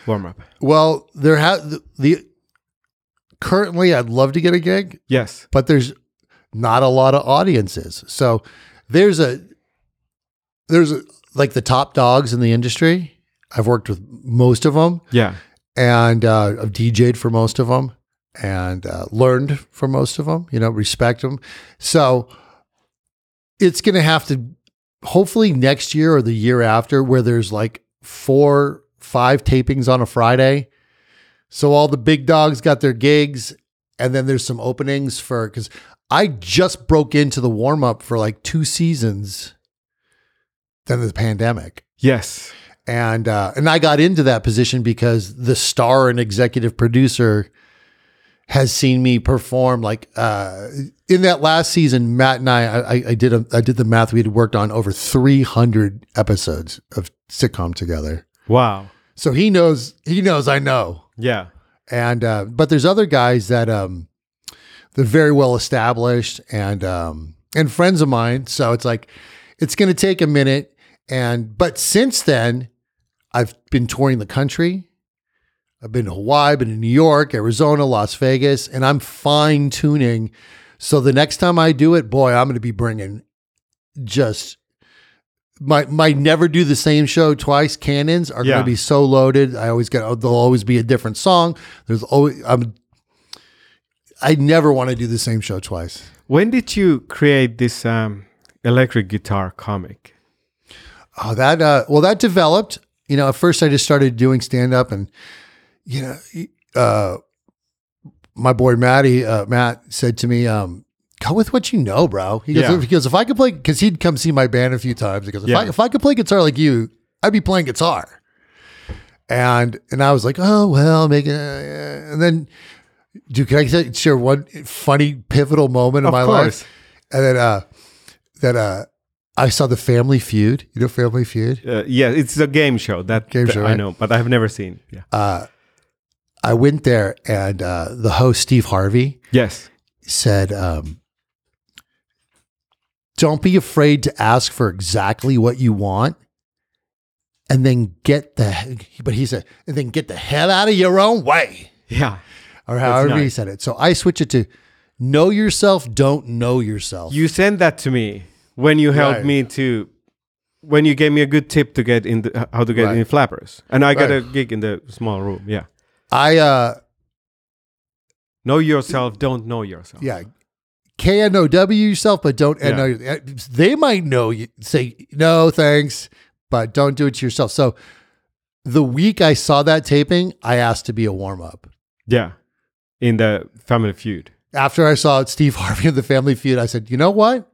[SPEAKER 1] warm up?
[SPEAKER 2] well, there have the, the currently I'd love to get a gig,
[SPEAKER 1] Yes.
[SPEAKER 2] but there's not a lot of audiences. So there's a there's a, like the top dogs in the industry. I've worked with most of them.
[SPEAKER 1] Yeah.
[SPEAKER 2] and uh, I've DJ'd for most of them and uh, learned for most of them, you know, respect them. So it's going to have to hopefully next year or the year after where there's like four, five tapings on a Friday. So all the big dogs got their gigs and then there's some openings for because I just broke into the warm up for like two seasons. Then the pandemic
[SPEAKER 1] Yes.
[SPEAKER 2] and uh, and I got into that position because the star and executive producer has seen me perform like uh, in that last season. Matt and I, I, I did a, I did the math. We had worked on over three hundred episodes of sitcom together,
[SPEAKER 1] Wow.
[SPEAKER 2] so he knows he knows I know.
[SPEAKER 1] Yeah.
[SPEAKER 2] And uh, but there's other guys that um, they're very well established and um, and friends of mine. So it's like it's going to take a minute. And but since then, I've been touring the country. I've been to Hawaii, been to New York, Arizona, Las Vegas, and I'm fine tuning. So the next time I do it, boy, I'm going to be bringing just my my never do the same show twice. Cannons are going
[SPEAKER 1] Yeah.
[SPEAKER 2] to be so loaded. I always get there'll always be a different song. There's always I'm I never want to do the same show twice.
[SPEAKER 1] When did you create this um, electric guitar comic?
[SPEAKER 2] Oh, that uh, well, that developed. You know, at first I just started doing stand up, and you know, uh, my boy Matty uh, Matt said to me, um, "Go with what you know, bro." He goes,
[SPEAKER 1] Yeah.
[SPEAKER 2] he goes if I could play, because he'd come see my band a few times. He goes, if, I,
[SPEAKER 1] Yeah.
[SPEAKER 2] if I could play guitar like you, I'd be playing guitar. And and I was like, oh well, make it. uh, uh," And then, dude, can I say- share one funny pivotal moment in
[SPEAKER 1] Of
[SPEAKER 2] my
[SPEAKER 1] course.
[SPEAKER 2] life? And then uh, that uh, I saw the Family Feud. You know, Family Feud.
[SPEAKER 1] Uh, yeah, it's a game show. That
[SPEAKER 2] Game
[SPEAKER 1] that
[SPEAKER 2] show,
[SPEAKER 1] I
[SPEAKER 2] right?
[SPEAKER 1] know, but I have never seen. Yeah.
[SPEAKER 2] Uh, I went there, and uh, the host Steve Harvey
[SPEAKER 1] yes.
[SPEAKER 2] said, um, Don't be afraid to ask for exactly what you want, and then get the. he- But he said, and then get the hell out of your own way,
[SPEAKER 1] Yeah.
[SPEAKER 2] or however he
[SPEAKER 1] nice.
[SPEAKER 2] said it. So I switch it to, know yourself, don't know yourself.
[SPEAKER 1] You sent that to me when you helped
[SPEAKER 2] Right.
[SPEAKER 1] me to when you gave me a good tip to get in the, how to get
[SPEAKER 2] Right.
[SPEAKER 1] in flappers. And I got
[SPEAKER 2] Right.
[SPEAKER 1] a gig in the small room. Yeah.
[SPEAKER 2] I uh
[SPEAKER 1] Know yourself, don't know yourself.
[SPEAKER 2] yeah. K N O W yourself, but don't
[SPEAKER 1] Yeah.
[SPEAKER 2] N-O- uh, They might know you say no, thanks, but don't do it to yourself. So the week I saw that taping, I asked to be a warm up.
[SPEAKER 1] Yeah. In the family feud.
[SPEAKER 2] After I saw Steve Harvey of the Family Feud, I said, you know what?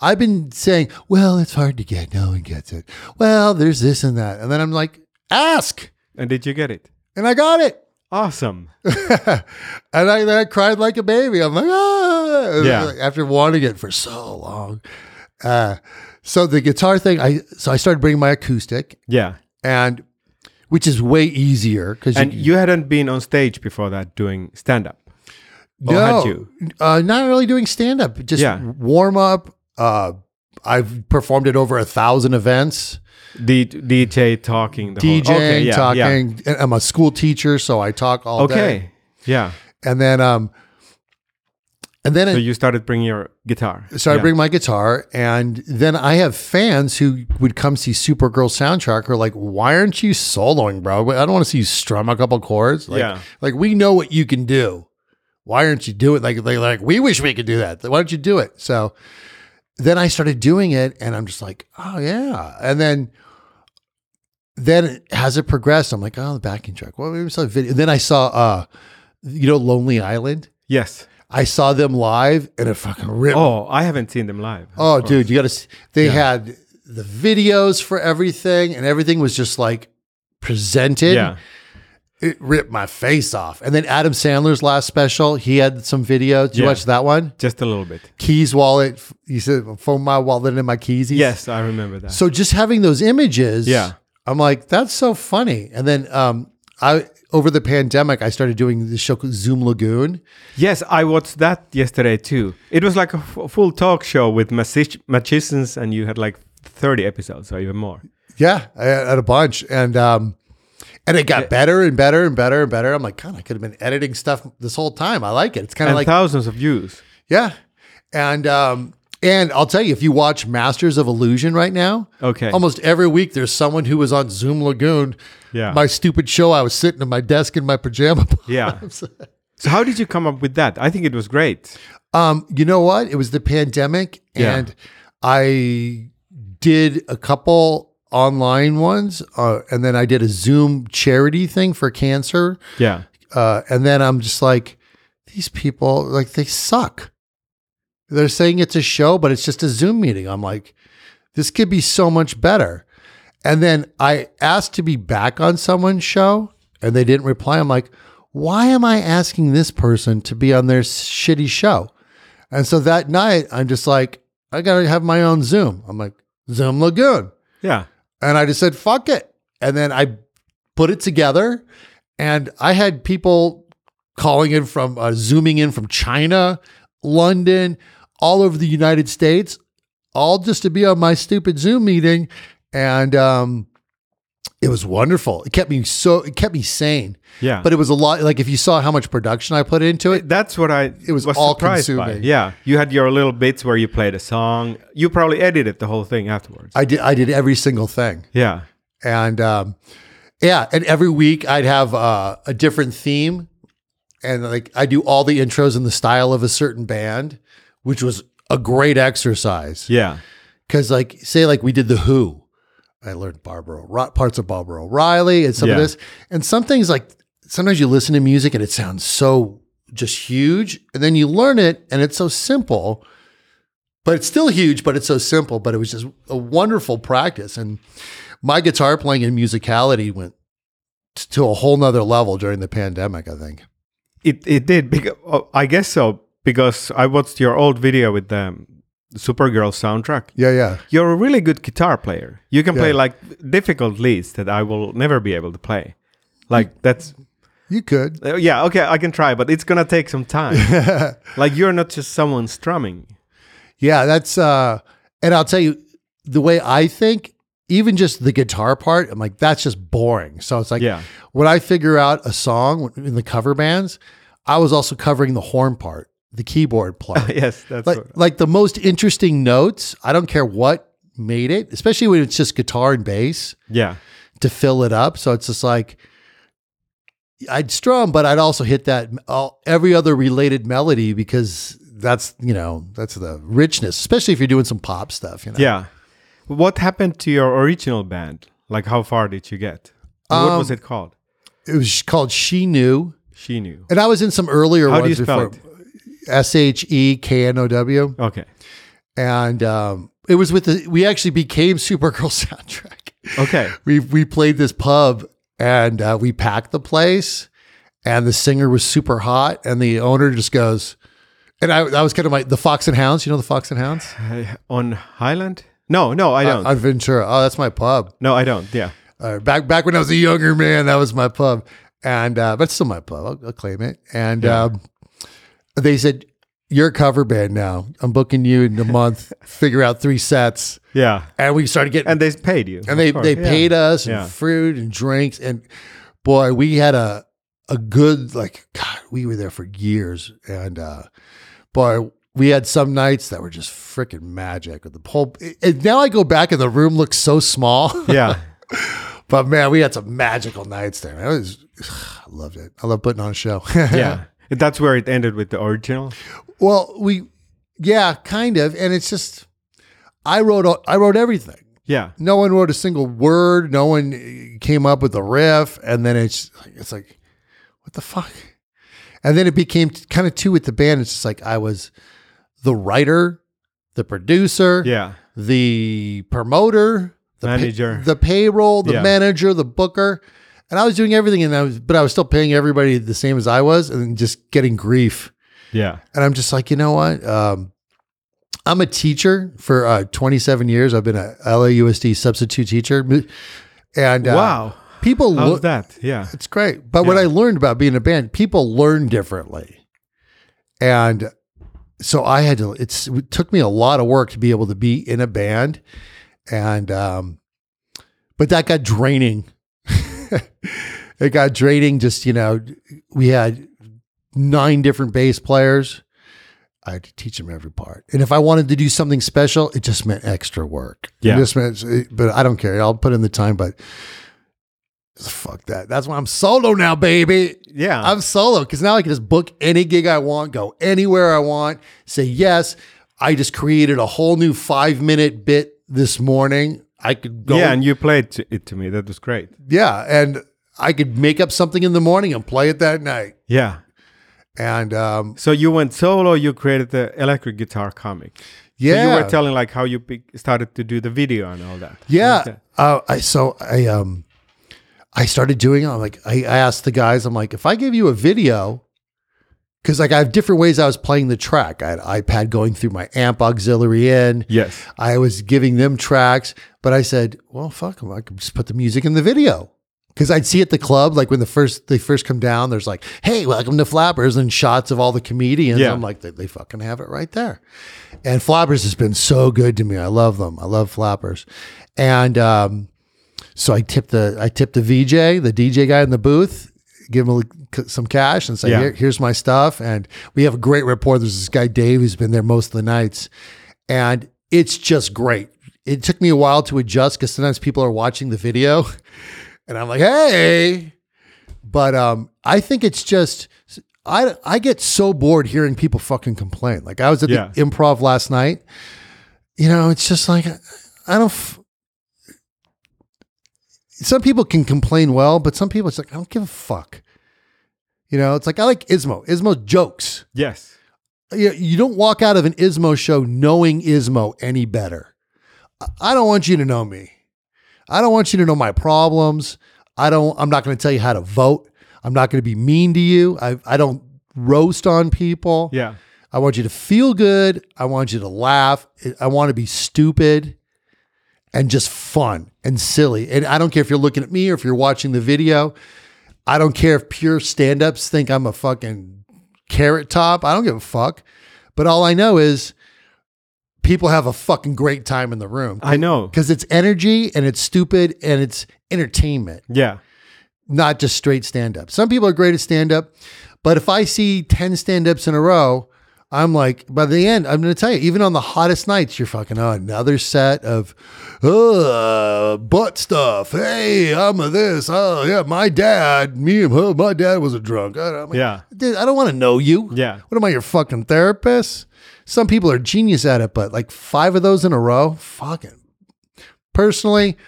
[SPEAKER 2] I've been saying, well, it's hard to get. No one gets it. Well, there's this and that, and then I'm like, ask,
[SPEAKER 1] And did you get it?
[SPEAKER 2] and I got it.
[SPEAKER 1] Awesome.
[SPEAKER 2] and I, then I cried like a baby. I'm like, ah,
[SPEAKER 1] Yeah.
[SPEAKER 2] after wanting it for so long. Uh, so the guitar thing, I so I started bringing my acoustic,
[SPEAKER 1] Yeah.
[SPEAKER 2] and which is way easier because
[SPEAKER 1] And you hadn't been on stage before that doing stand up. or oh, had you?
[SPEAKER 2] uh, not really doing stand up, just
[SPEAKER 1] Yeah.
[SPEAKER 2] warm up. Uh, I've performed at over a thousand events,
[SPEAKER 1] D- DJ talking the
[SPEAKER 2] DJing,
[SPEAKER 1] whole Oh, Okay, yeah, yeah.
[SPEAKER 2] talking. and I'm a school teacher, so I talk all day.
[SPEAKER 1] Okay. Yeah.
[SPEAKER 2] And then, um, and then it-
[SPEAKER 1] So you started bringing your guitar.
[SPEAKER 2] So I
[SPEAKER 1] Yeah.
[SPEAKER 2] bring my guitar, and then I have fans who would come see Supergirl soundtrack who are like, "Why aren't you soloing, bro? I don't want to see you strum a couple chords. Like,
[SPEAKER 1] Yeah.
[SPEAKER 2] like we know what you can do. Why aren't you doing like like like we wish we could do that? Why don't you do it?" So then I started doing it, and I'm just like, "Oh yeah," and then. Then as it progressed, I'm like, oh, the backing track. Well, maybe we saw a video. And then I saw, uh, you know, Lonely Island.
[SPEAKER 1] Yes.
[SPEAKER 2] I saw them live, and it fucking ripped
[SPEAKER 1] Oh, I haven't seen them live.
[SPEAKER 2] Oh, dude, you got to. They had the videos for everything, and everything was just like presented.
[SPEAKER 1] Yeah.
[SPEAKER 2] It ripped my face off. And then Adam Sandler's last special, he had some video. Did you
[SPEAKER 1] Yeah.
[SPEAKER 2] watch that one?
[SPEAKER 1] Just a little bit.
[SPEAKER 2] Keys wallet. f- He said, "Phone my wallet and my keys."
[SPEAKER 1] Yes, I remember that.
[SPEAKER 2] So just having those images,
[SPEAKER 1] Yeah.
[SPEAKER 2] I'm like, that's so funny. And then, um, I over the pandemic, I started doing this show called Zoom Lagoon.
[SPEAKER 1] Yes, I watched that yesterday too. It was like a f- full talk show with magic- magicians, and you had like 30 episodes or even more.
[SPEAKER 2] Yeah, I had a bunch, and um, and it got better and better and better and better. I'm like, God, I could have been editing stuff this whole time. I like it. It's kind
[SPEAKER 1] And
[SPEAKER 2] of like,
[SPEAKER 1] thousands of views.
[SPEAKER 2] yeah, and um, and I'll tell you, if you watch Masters of Illusion right now,
[SPEAKER 1] Okay.
[SPEAKER 2] almost every week there's someone who was on Zoom Lagoon.
[SPEAKER 1] Yeah.
[SPEAKER 2] my stupid show. I was sitting at my desk in my pajama.
[SPEAKER 1] Yeah. so, how did you come up with that? I think it was great.
[SPEAKER 2] Um, you know what? It was the pandemic,
[SPEAKER 1] Yeah.
[SPEAKER 2] and I did a couple online ones, uh, and then I did a Zoom charity thing for cancer,
[SPEAKER 1] Yeah.
[SPEAKER 2] uh, and then I'm just like, these people like they suck. They're saying it's a show, but it's just a Zoom meeting. I'm like, this could be so much better. And then I asked to be back on someone's show, and they didn't reply. I'm like, why am I asking this person to be on their shitty show? And so that night, I'm just like, I gotta have my own Zoom. I'm like, Zoom Lagoon.
[SPEAKER 1] Yeah.
[SPEAKER 2] And I just said, fuck it. And then I put it together. And I had people calling in from, uh, zooming in from China, London, all over the United States, all just to be on my stupid Zoom meeting. And, um, it was wonderful. It kept me so, it kept me sane,
[SPEAKER 1] Yeah.
[SPEAKER 2] but it was a lot. Like if you saw how much production I put into it,
[SPEAKER 1] that's what I
[SPEAKER 2] It was all
[SPEAKER 1] surprised by.
[SPEAKER 2] consuming.
[SPEAKER 1] Yeah. You had your little bits where you played a song. You probably edited the whole thing afterwards.
[SPEAKER 2] I did, I did every single thing.
[SPEAKER 1] yeah.
[SPEAKER 2] and um, yeah, and every week I'd have uh, a different theme, and like I do all the intros in the style of a certain band, which was a great exercise
[SPEAKER 1] Yeah.
[SPEAKER 2] because like say like we did the Who, I learned Barbara Ro- parts of Barbara O'Reilly and some of
[SPEAKER 1] Yeah.
[SPEAKER 2] this, and some things like sometimes you listen to music and it sounds so just huge, and then you learn it and it's so simple. But it's still huge, but it's so simple. But it was just a wonderful practice. And my guitar playing and musicality went t- to a whole nother level during the pandemic, I think.
[SPEAKER 1] It it did because oh, I guess so because I watched your old video with the um, Supergirl soundtrack.
[SPEAKER 2] Yeah, yeah.
[SPEAKER 1] You're a really good guitar player. You can play
[SPEAKER 2] Yeah.
[SPEAKER 1] like difficult leads that I will never be able to play. Like that's
[SPEAKER 2] You could.
[SPEAKER 1] uh, yeah okay I can try, but it's gonna take some time. like you're not just someone strumming.
[SPEAKER 2] Yeah, that's uh and I'll tell you the way I think, even just the guitar part, I'm like, that's just boring. So it's like
[SPEAKER 1] Yeah.
[SPEAKER 2] when I figure out a song in the cover bands, I was also covering the horn part, the keyboard part.
[SPEAKER 1] yes, that's
[SPEAKER 2] like
[SPEAKER 1] what-
[SPEAKER 2] like the most interesting notes, I don't care what made it, especially when it's just guitar and bass
[SPEAKER 1] yeah,
[SPEAKER 2] to fill it up. So it's just like I'd strum, but I'd also hit that all, every other related melody because that's you know that's the richness, especially if you're doing some pop stuff. You know,
[SPEAKER 1] yeah. What happened to your original band? Like, how far did you get? And what
[SPEAKER 2] Um,
[SPEAKER 1] was it called?
[SPEAKER 2] it was called She Knew,
[SPEAKER 1] She knew.
[SPEAKER 2] and I was in some earlier
[SPEAKER 1] How do you
[SPEAKER 2] ones
[SPEAKER 1] spell
[SPEAKER 2] before. S H E K N O W,
[SPEAKER 1] Okay,
[SPEAKER 2] and um, it was with the. We actually became Supergirl soundtrack.
[SPEAKER 1] okay.
[SPEAKER 2] we we played this pub and uh, we packed the place and the singer was super hot and the owner just goes and I that was kind of my the Fox and Hounds, you know the Fox and Hounds?
[SPEAKER 1] Uh, on Highland? No, no, I don't.
[SPEAKER 2] On Ventura. Oh, that's my pub.
[SPEAKER 1] no, I don't. Yeah.
[SPEAKER 2] Uh, back back when I was a younger man, that was my pub. And uh but it's still my pub. I'll, I'll claim it. And um they said you're a cover band now. I'm booking you in a month. Figure out three sets.
[SPEAKER 1] Yeah.
[SPEAKER 2] And we started getting
[SPEAKER 1] And they paid you.
[SPEAKER 2] and they they paid us and
[SPEAKER 1] Yeah.
[SPEAKER 2] fruit and drinks and boy we had a a good like god we were there for years and uh boy we had some nights that were just freaking magic the whole and now i go back and the room looks so small
[SPEAKER 1] Yeah.
[SPEAKER 2] but man we had some magical nights there i was i loved it i love putting on a show
[SPEAKER 1] Yeah. That's where it ended with the original.
[SPEAKER 2] well we yeah kind of and it's just i wrote all- i wrote everything
[SPEAKER 1] Yeah.
[SPEAKER 2] no one wrote a single word. No one uh, came up with a riff, and then it's it's like, what the fuck? And then it became kind of two with the band. It's just like I was the writer, the producer,
[SPEAKER 1] Yeah.
[SPEAKER 2] the promoter, the pa-
[SPEAKER 1] Manager.
[SPEAKER 2] the payroll, the
[SPEAKER 1] Yeah.
[SPEAKER 2] manager, the booker, and I was doing everything. And I was, but I was still paying everybody the same as I was, and just getting grief.
[SPEAKER 1] Yeah.
[SPEAKER 2] And I'm just like, you know what? Um, I'm a teacher for uh, 27 years. I've been a LAUSD substitute teacher, and uh,
[SPEAKER 1] wow.
[SPEAKER 2] people
[SPEAKER 1] How's
[SPEAKER 2] look.
[SPEAKER 1] that? Yeah.
[SPEAKER 2] It's great. But what
[SPEAKER 1] Yeah.
[SPEAKER 2] I learned about being a band, people learn differently, and so I had to. It's it took me a lot of work to be able to be in a band, and um, but that got draining. it got draining. Just you know, we had nine different bass players. I had to teach them every part, and if I wanted to do something special, it just meant extra work.
[SPEAKER 1] Yeah.
[SPEAKER 2] it just meant. But I don't care. I'll put in the time, but. Fuck that. That's why I'm solo now, baby.
[SPEAKER 1] Yeah.
[SPEAKER 2] I'm solo because now I can just book any gig I want, go anywhere I want, say yes. I just created a whole new five minute bit this morning. I could go,
[SPEAKER 1] yeah. And you played to- it to me. That was great.
[SPEAKER 2] yeah, and I could make up something in the morning and play it that night.
[SPEAKER 1] Yeah.
[SPEAKER 2] And um,
[SPEAKER 1] So you went solo. You created the electric guitar comic.
[SPEAKER 2] yeah,
[SPEAKER 1] So you were telling like how you be- started to do the video and all that.
[SPEAKER 2] Yeah.
[SPEAKER 1] Okay.
[SPEAKER 2] Uh, I so I um I started doing it. I'm like I, I asked the guys. I'm like, if I give you a video, because like I have different ways I was playing the track. I had iPad going through my amp auxiliary in.
[SPEAKER 1] Yes.
[SPEAKER 2] I was giving them tracks, but I said, well, fuck 'em. I could just put the music in the video. Cause I'd see at the club, like when the first they first come down, there's like, "Hey, welcome to Flappers," and shots of all the comedians.
[SPEAKER 1] Yeah.
[SPEAKER 2] I'm like, they, they fucking have it right there. And Flappers has been so good to me. I love them. I love Flappers. And um, so I tipped the I tipped the VJ, the DJ guy in the booth, give him a li- some cash, and say,
[SPEAKER 1] Yeah.
[SPEAKER 2] Here, "Here's my stuff." And we have a great rapport. There's this guy Dave who's been there most of the nights, and it's just great. It took me a while to adjust because sometimes people are watching the video, and I'm like, "Hey," but um, I think it's just. I, I get so bored hearing people fucking complain. Like I was at
[SPEAKER 1] Yeah.
[SPEAKER 2] the improv last night. You know, it's just like I don't. F- some people can complain well, but some people it's like I don't give a fuck. You know, it's like I like Ismo. Ismo jokes.
[SPEAKER 1] Yes.
[SPEAKER 2] You, you don't walk out of an Ismo show knowing Ismo any better. I- I don't want you to know me. I don't want you to know my problems. I don't. I'm not going to tell you how to vote. I'm not going to be mean to you. I I don't roast on people.
[SPEAKER 1] Yeah.
[SPEAKER 2] I want you to feel good. I want you to laugh. I want to be stupid and just fun and silly. And I don't care if you're looking at me or if you're watching the video. I don't care if pure stand ups think I'm a fucking carrot top. I don't give a fuck. But all I know is people have a fucking great time in the room
[SPEAKER 1] I know.
[SPEAKER 2] because it's energy and it's stupid and it's entertainment,
[SPEAKER 1] Yeah.
[SPEAKER 2] not just straight stand up. Some people are great at stand up, but if I see 10 stand ups in a row, I'm like, by the end, I'm going to tell you, even on the hottest nights, you're fucking on another set of uh, butt stuff. Hey, I'm a this. Oh, yeah, my dad, me and her, my dad was a drunk. I, I'm like,
[SPEAKER 1] Yeah.
[SPEAKER 2] Dude, I don't want to know you.
[SPEAKER 1] Yeah.
[SPEAKER 2] What am I, your fucking therapist? Some people are genius at it, but like five of those in a row, fucking. Personally,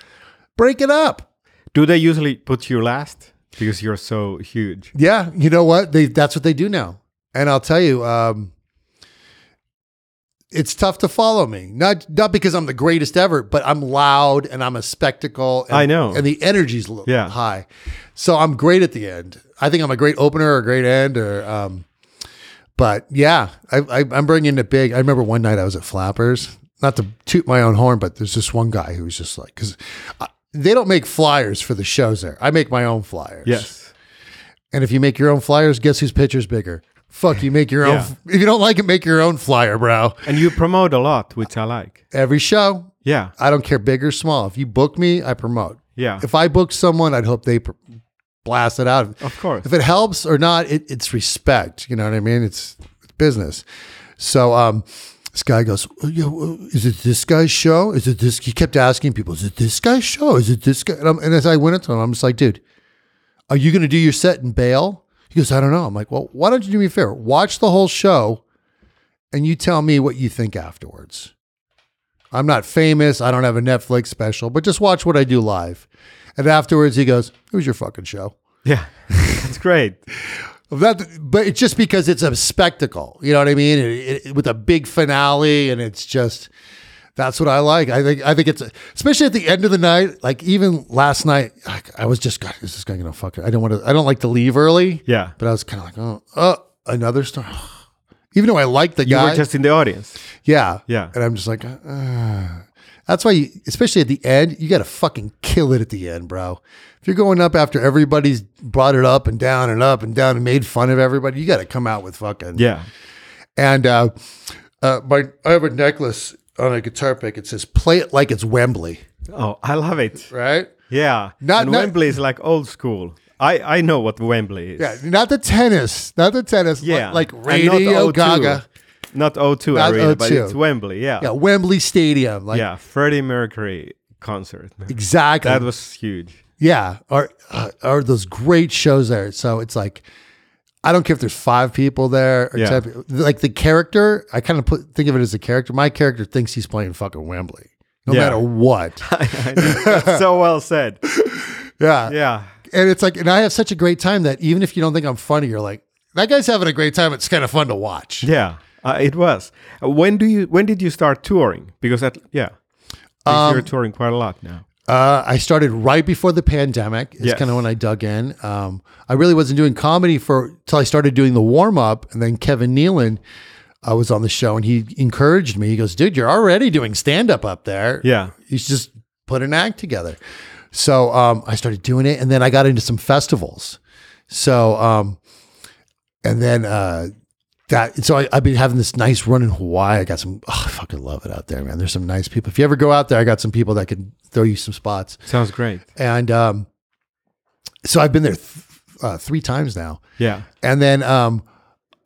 [SPEAKER 2] break it up.
[SPEAKER 1] Do they usually put you last because you're so huge?
[SPEAKER 2] Yeah, you know what? They that's what they do now. And I'll tell you, um, it's tough to follow me. Not not because I'm the greatest ever, but I'm loud and I'm a spectacle. And,
[SPEAKER 1] I know.
[SPEAKER 2] and the energy's l-
[SPEAKER 1] Yeah.
[SPEAKER 2] high, so I'm great at the end. I think I'm a great opener or a great end, or um, but yeah, I, I, I'm bringing it big. I remember one night I was at Flappers, not to toot my own horn, but there's this one guy who was just like, because they don't make flyers for the shows there. I make my own flyers.
[SPEAKER 1] Yes.
[SPEAKER 2] And if you make your own flyers, guess whose picture's bigger? Fuck, you make your
[SPEAKER 1] Yeah.
[SPEAKER 2] own. If you don't like it, make your own flyer, bro.
[SPEAKER 1] And you promote a lot, which I like.
[SPEAKER 2] Every show,
[SPEAKER 1] Yeah.
[SPEAKER 2] I don't care big or small. If you book me, I promote.
[SPEAKER 1] Yeah.
[SPEAKER 2] If I book someone, I'd hope they pr- blast it out.
[SPEAKER 1] Of course.
[SPEAKER 2] If it helps or not, it, it's respect. You know what I mean? It's, it's business. So, um, this guy goes, "Oh, yeah, well, is it this guy's show? Is it this? He kept asking people, is it this guy's show? Is it this guy? And, I'm, and as I went into him, I'm just like, dude, are you going to do your set and bail? He goes, I don't know. I'm like, well, why don't you do me a favor? Watch the whole show and you tell me what you think afterwards. I'm not famous. I don't have a Netflix special, but just watch what I do live. And afterwards, he goes, it was your fucking show.
[SPEAKER 1] Yeah. That's great.
[SPEAKER 2] That, but it's just because it's a spectacle. You know what I mean? It, it, with a big finale, and it's just that's what I like. I think I think it's especially at the end of the night. Like even last night, I, I was just God, is this guy gonna fuck it? I don't want to. I don't like to leave early.
[SPEAKER 1] Yeah.
[SPEAKER 2] But I was kind of like, oh, oh, another story. Even though I like the
[SPEAKER 1] You
[SPEAKER 2] guy,
[SPEAKER 1] were just in the audience.
[SPEAKER 2] yeah,
[SPEAKER 1] Yeah.
[SPEAKER 2] And I'm just like, ah. that's why, you, especially at the end, you got to fucking kill it at the end, bro. If you're going up after everybody's brought it up and down and up and down and made fun of everybody, you got to come out with fucking.
[SPEAKER 1] Yeah.
[SPEAKER 2] And uh, uh, my, I have a necklace on a guitar pick. It says, play it like it's Wembley,
[SPEAKER 1] Oh, I love it.
[SPEAKER 2] right?
[SPEAKER 1] Yeah.
[SPEAKER 2] Not-
[SPEAKER 1] and
[SPEAKER 2] not-
[SPEAKER 1] Wembley is like old school. I, I know what Wembley is.
[SPEAKER 2] Yeah, not the tennis, not the tennis.
[SPEAKER 1] Yeah.
[SPEAKER 2] Like
[SPEAKER 1] And not
[SPEAKER 2] Radio
[SPEAKER 1] O2.
[SPEAKER 2] Gaga.
[SPEAKER 1] Not O2
[SPEAKER 2] Not
[SPEAKER 1] Arena, but
[SPEAKER 2] O2.
[SPEAKER 1] it's Wembley. Yeah.
[SPEAKER 2] Yeah, Wembley Stadium. Like,
[SPEAKER 1] Yeah. Freddie Mercury concert.
[SPEAKER 2] exactly.
[SPEAKER 1] That was huge.
[SPEAKER 2] Yeah, are uh, are those great shows there? So it's like, I don't care if there's five people there or
[SPEAKER 1] Yeah.
[SPEAKER 2] ten people. Like the character, I kind of put think of it as a character. My character thinks he's playing fucking Wembley, no
[SPEAKER 1] Yeah.
[SPEAKER 2] matter what.
[SPEAKER 1] I know. That's so well said.
[SPEAKER 2] Yeah.
[SPEAKER 1] Yeah.
[SPEAKER 2] and it's like, and I have such a great time that even if you don't think I'm funny, you're like, that guy's having a great time. It's kind of fun to watch.
[SPEAKER 1] Yeah, uh, it was. Uh, When do you? When did you start touring? Because that, yeah, Because you're touring quite a lot now.
[SPEAKER 2] Uh, I started right before the pandemic. It's
[SPEAKER 1] Yes.
[SPEAKER 2] kind of when I dug in. Um, I really wasn't doing comedy for till I started doing the warm up, and then Kevin Nealon uh, was on the show, and he encouraged me. He goes, "Dude, you're already doing stand up up there.
[SPEAKER 1] Yeah,
[SPEAKER 2] you should just put an act together." So um, I started doing it, and then I got into some festivals. So um, and then uh, that so I, I've been having this nice run in Hawaii. I got some oh, I fucking love it out there, man. There's some nice people. If you ever go out there, I got some people that could throw you some spots.
[SPEAKER 1] sounds great.
[SPEAKER 2] And um, so I've been there th- uh, three times now.
[SPEAKER 1] Yeah,
[SPEAKER 2] And then um,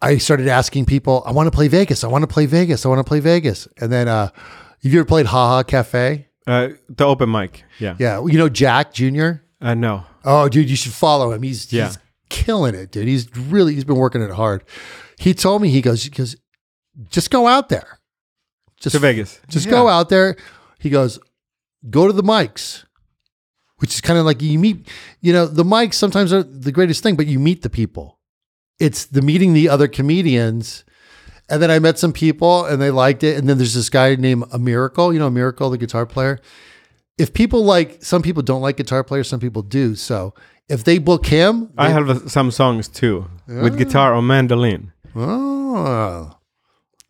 [SPEAKER 2] I started asking people, I want to play Vegas. I want to play Vegas. I want to play Vegas. And then uh, have you ever played Haha Cafe?
[SPEAKER 1] uh, the open mic. Yeah,
[SPEAKER 2] Yeah, you know Jack Jr.
[SPEAKER 1] Uh, no,
[SPEAKER 2] Oh, dude, you should follow him. He's
[SPEAKER 1] Yeah.
[SPEAKER 2] he's killing it, dude. He's really he's been working it hard. He told me he goes he goes, just go out there, just
[SPEAKER 1] to Vegas.
[SPEAKER 2] just
[SPEAKER 1] Yeah.
[SPEAKER 2] go out there. He goes, go to the mics, which is kind of like you meet. You know, the mics sometimes are the greatest thing, but you meet the people. It's the meeting the other comedians. And then I met some people and they liked it. And then there's this guy named A Miracle, you know, A Miracle, the guitar player. If people like, some people don't like guitar players, some people do. So if they book him,
[SPEAKER 1] I have uh, some songs too with guitar or mandolin.
[SPEAKER 2] oh,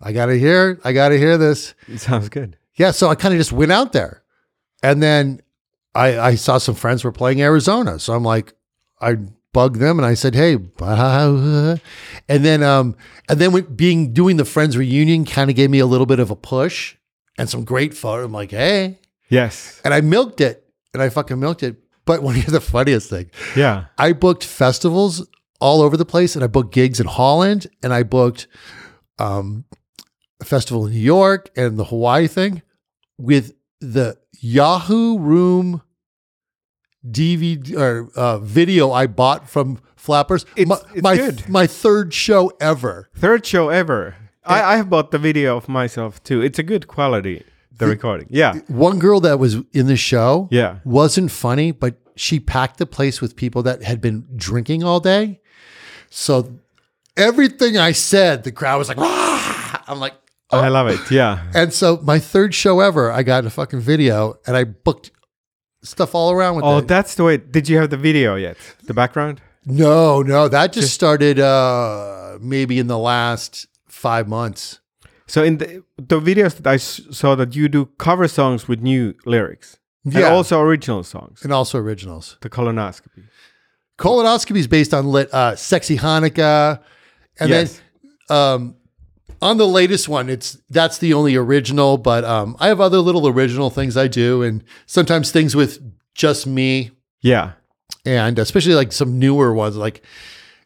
[SPEAKER 2] I got to hear, I got to hear this.
[SPEAKER 1] It sounds good.
[SPEAKER 2] yeah, so I kind of just went out there. And then I, I saw some friends were playing Arizona. So I'm like, I bugged them and I said, hey, blah. and then um, and then with being doing the friends reunion kind of gave me a little bit of a push. and some great photo. I'm like, hey.
[SPEAKER 1] Yes.
[SPEAKER 2] And I milked it and I fucking milked it. But one of the funniest thing,
[SPEAKER 1] Yeah.
[SPEAKER 2] I booked festivals all over the place, and I booked gigs in Holland, and I booked um, a festival in New York and the Hawaii thing with the Yahoo Room DVD or uh, video I bought from Flappers.
[SPEAKER 1] It's-
[SPEAKER 2] my,
[SPEAKER 1] it's
[SPEAKER 2] my,
[SPEAKER 1] good.
[SPEAKER 2] my third show ever.
[SPEAKER 1] Third show ever. I, I have bought the video of myself too. It's a good quality, the recording. Yeah.
[SPEAKER 2] One girl that was in the show
[SPEAKER 1] Yeah.
[SPEAKER 2] wasn't funny, but she packed the place with people that had been drinking all day. So everything I said, the crowd was like, "Rah!" I'm like, "Oh."
[SPEAKER 1] I love it. Yeah.
[SPEAKER 2] and so my third show ever, I got a fucking video and I booked stuff all around with
[SPEAKER 1] Oh,
[SPEAKER 2] it.
[SPEAKER 1] that's the way. Did you have the video yet? The background?
[SPEAKER 2] no, no, that just started uh, maybe in the last five months.
[SPEAKER 1] So in the, the videos that I s- saw that you do cover songs with new lyrics. And
[SPEAKER 2] Yeah.
[SPEAKER 1] also original songs.
[SPEAKER 2] And also originals.
[SPEAKER 1] The colonoscopy.
[SPEAKER 2] Colonoscopy is based on lit, uh, sexy Hanukkah, and
[SPEAKER 1] Yes.
[SPEAKER 2] then um, on the latest one, it's that's the only original. But um, I have other little original things I do, and sometimes things with just me,
[SPEAKER 1] Yeah.
[SPEAKER 2] and especially like some newer ones. Like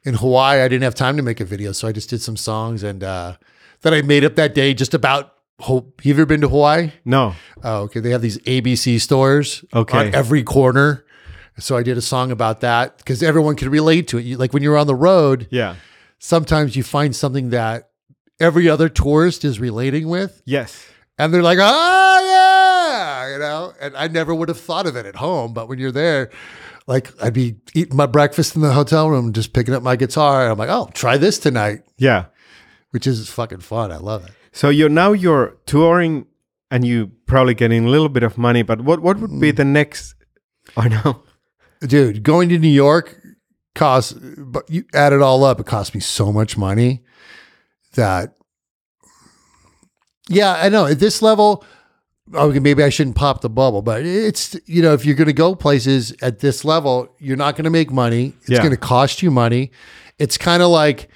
[SPEAKER 2] in Hawaii, I didn't have time to make a video, so I just did some songs and uh, that I made up that day, just about. Ho- Have you ever been to Hawaii?
[SPEAKER 1] No.
[SPEAKER 2] Oh, okay. They have these ABC stores
[SPEAKER 1] Okay.
[SPEAKER 2] on every corner. So I did a song about that because everyone could relate to it. You, like when you're on the road,
[SPEAKER 1] Yeah.
[SPEAKER 2] sometimes you find something that every other tourist is relating with,
[SPEAKER 1] Yes.
[SPEAKER 2] and they're like, "Oh yeah," you know. And I never would have thought of it at home, but when you're there, like I'd be eating my breakfast in the hotel room, just picking up my guitar, and I'm like, "Oh, try this tonight,"
[SPEAKER 1] Yeah.
[SPEAKER 2] which is fucking fun. I love it.
[SPEAKER 1] So you're now you're touring and you probably getting a little bit of money, but what, what would be the next I know.
[SPEAKER 2] dude, going to New York costs, but you add it all up, it cost me so much money that, yeah, I know at this level, okay, maybe I shouldn't pop the bubble, but it's, you know, if you're going to go places at this level, you're not going to make money. It's
[SPEAKER 1] Yeah.
[SPEAKER 2] going to cost you money. It's kind of like,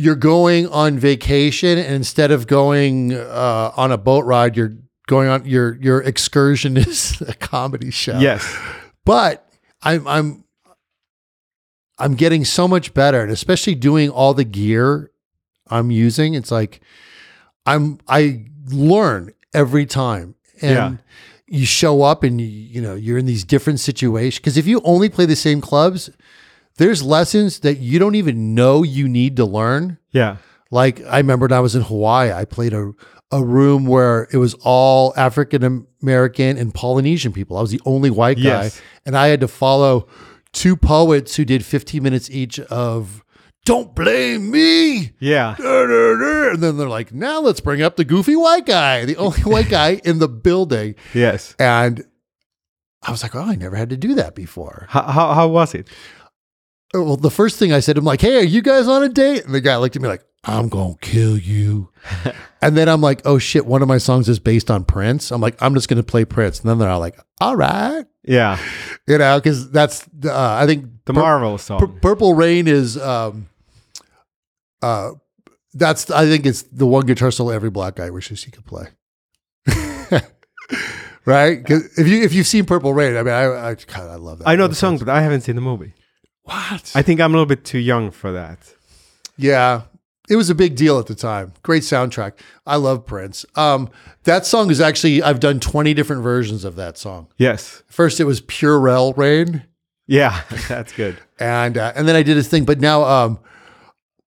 [SPEAKER 2] you're going on vacation and instead of going uh, on a boat ride, you're going on your your excursion is a comedy show
[SPEAKER 1] Yes.
[SPEAKER 2] but I'm I'm I'm getting so much better, and especially doing all the gear I'm using. It's like I'm I learn every time, and
[SPEAKER 1] Yeah.
[SPEAKER 2] you show up and you, you know you're in these different situations. Because if you only play the same clubs, there's lessons that you don't even know you need to learn.
[SPEAKER 1] Yeah.
[SPEAKER 2] Like I remember when I was in Hawaii, I played a a room where it was all African American and Polynesian people. I was the only white guy,
[SPEAKER 1] Yes.
[SPEAKER 2] and I had to follow two poets who did 15 minutes each of "Don't blame me."
[SPEAKER 1] Yeah.
[SPEAKER 2] da, da, da," And then they're like, "Now let's bring up the goofy white guy, the only white guy in the building."
[SPEAKER 1] Yes.
[SPEAKER 2] And I was like, "Oh, I never had to do that before."
[SPEAKER 1] How,
[SPEAKER 2] Uh,
[SPEAKER 1] how, how was it?
[SPEAKER 2] well, the first thing I said, I'm like, hey, are you guys on a date? And the guy looked at me like, I'm going to kill you. and then I'm like, oh shit, one of my songs is based on Prince. I'm like, I'm just going to play Prince. And then they're all like, all right.
[SPEAKER 1] Yeah.
[SPEAKER 2] You know, because that's, uh, I think
[SPEAKER 1] The
[SPEAKER 2] Pur-
[SPEAKER 1] Marvel song.
[SPEAKER 2] Pur- Purple Rain is, um, uh, that's, I think it's the one guitar solo every black guy wishes he could play. right? 'Cause if you, if you've seen Purple Rain, I mean, I, I, God, I love that.
[SPEAKER 1] I know the song, but I haven't seen the movie.
[SPEAKER 2] What?
[SPEAKER 1] I think I'm a little bit too young for that.
[SPEAKER 2] Yeah. It was a big deal at the time. Great soundtrack. I love Prince. Um, that song is actually I've done 20 different versions of that song.
[SPEAKER 1] Yes.
[SPEAKER 2] First it was Purell Rain
[SPEAKER 1] Yeah. That's good.
[SPEAKER 2] and uh, and then I did a thing but now um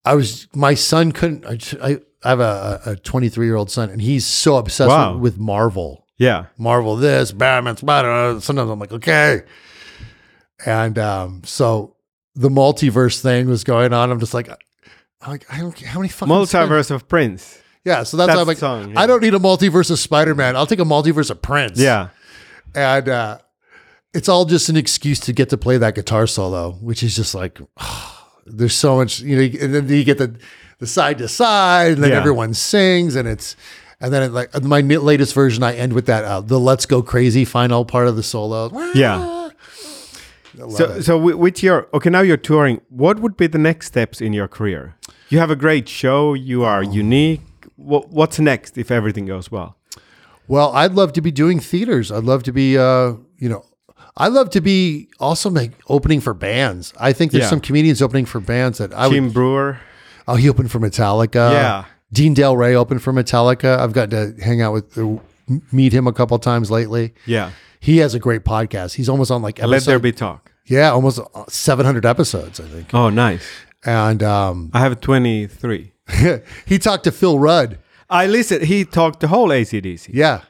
[SPEAKER 2] I was my son couldn't I I, I have a a 23-year-old son and he's so obsessed
[SPEAKER 1] Wow.
[SPEAKER 2] with, with Marvel.
[SPEAKER 1] Yeah.
[SPEAKER 2] Marvel this, Batman, Spider. Sometimes I'm like, okay. And um, so the multiverse thing was going on. I'm just like, I'm like I don't care how many fucking spin-
[SPEAKER 1] Multiverse of Prince.
[SPEAKER 2] Yeah, so that's, why I'm like,
[SPEAKER 1] That's the song, yeah.
[SPEAKER 2] I don't need a multiverse of Spider Man. I'll take a multiverse of Prince.
[SPEAKER 1] Yeah.
[SPEAKER 2] and uh, it's all just an excuse to get to play that guitar solo, which is just like there's so much, you know. And then you get the the side to side, and then
[SPEAKER 1] Yeah.
[SPEAKER 2] everyone sings, and it's and then it, like uh, my ni- latest version, I end with that uh, the "Let's Go Crazy" final part of the solo.
[SPEAKER 1] Yeah.
[SPEAKER 2] I love
[SPEAKER 1] So,
[SPEAKER 2] it.
[SPEAKER 1] so wi- with your okay, now you're touring. What would be the next steps in your career? You
[SPEAKER 2] Oh.
[SPEAKER 1] have a great show. You are unique. Wha what's next if everything goes well?
[SPEAKER 2] Well, I'd love to be doing theaters. I'd love to be, uh, you know, I'd love to be also make opening for bands. I think there's
[SPEAKER 1] Yeah.
[SPEAKER 2] some comedians opening for bands that I would.
[SPEAKER 1] Jim Brewer.
[SPEAKER 2] Oh, he opened for Metallica.
[SPEAKER 1] Yeah.
[SPEAKER 2] Dean Del Rey opened for Metallica. I've gotten to hang out with, uh, m- meet him a couple times lately.
[SPEAKER 1] Yeah.
[SPEAKER 2] He has a great podcast. He's almost on like episode,
[SPEAKER 1] Let there be talk.
[SPEAKER 2] yeah, almost uh, 700 episodes, I think.
[SPEAKER 1] Oh, nice.
[SPEAKER 2] And um,
[SPEAKER 1] I have 23.
[SPEAKER 2] he talked to Phil Rudd.
[SPEAKER 1] I listened. He talked the whole ACDC.
[SPEAKER 2] Yeah.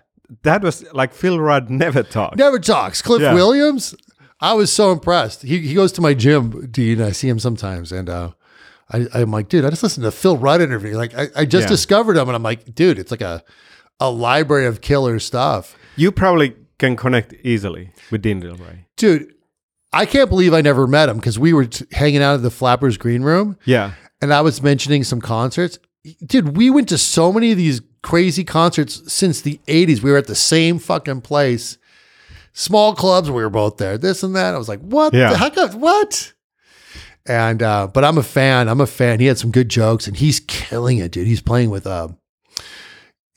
[SPEAKER 1] That was like Phil Rudd never talked.
[SPEAKER 2] Never talks. Cliff
[SPEAKER 1] Yeah.
[SPEAKER 2] Williams. I was so impressed. He, he goes to my gym, Dean. I see him sometimes, and uh, I, I'm like, dude, I just listened to the Phil Rudd interview. Like, I, I just
[SPEAKER 1] Yeah.
[SPEAKER 2] discovered him, and I'm like, dude, it's like a a library of killer stuff,
[SPEAKER 1] You probably can connect easily with Dean Del Rey.
[SPEAKER 2] dude. I can't believe I never met him because we were t- hanging out at the Flappers Green Room,
[SPEAKER 1] Yeah.
[SPEAKER 2] and I was mentioning some concerts. Dude, we went to so many of these crazy concerts since the 80s. We were at the same fucking place. Small clubs, we were both there. This and that. I was like, what?
[SPEAKER 1] Yeah.
[SPEAKER 2] The, how come, what? And uh, but I'm a fan. I'm a fan. He had some good jokes and he's killing it, dude. He's playing with um,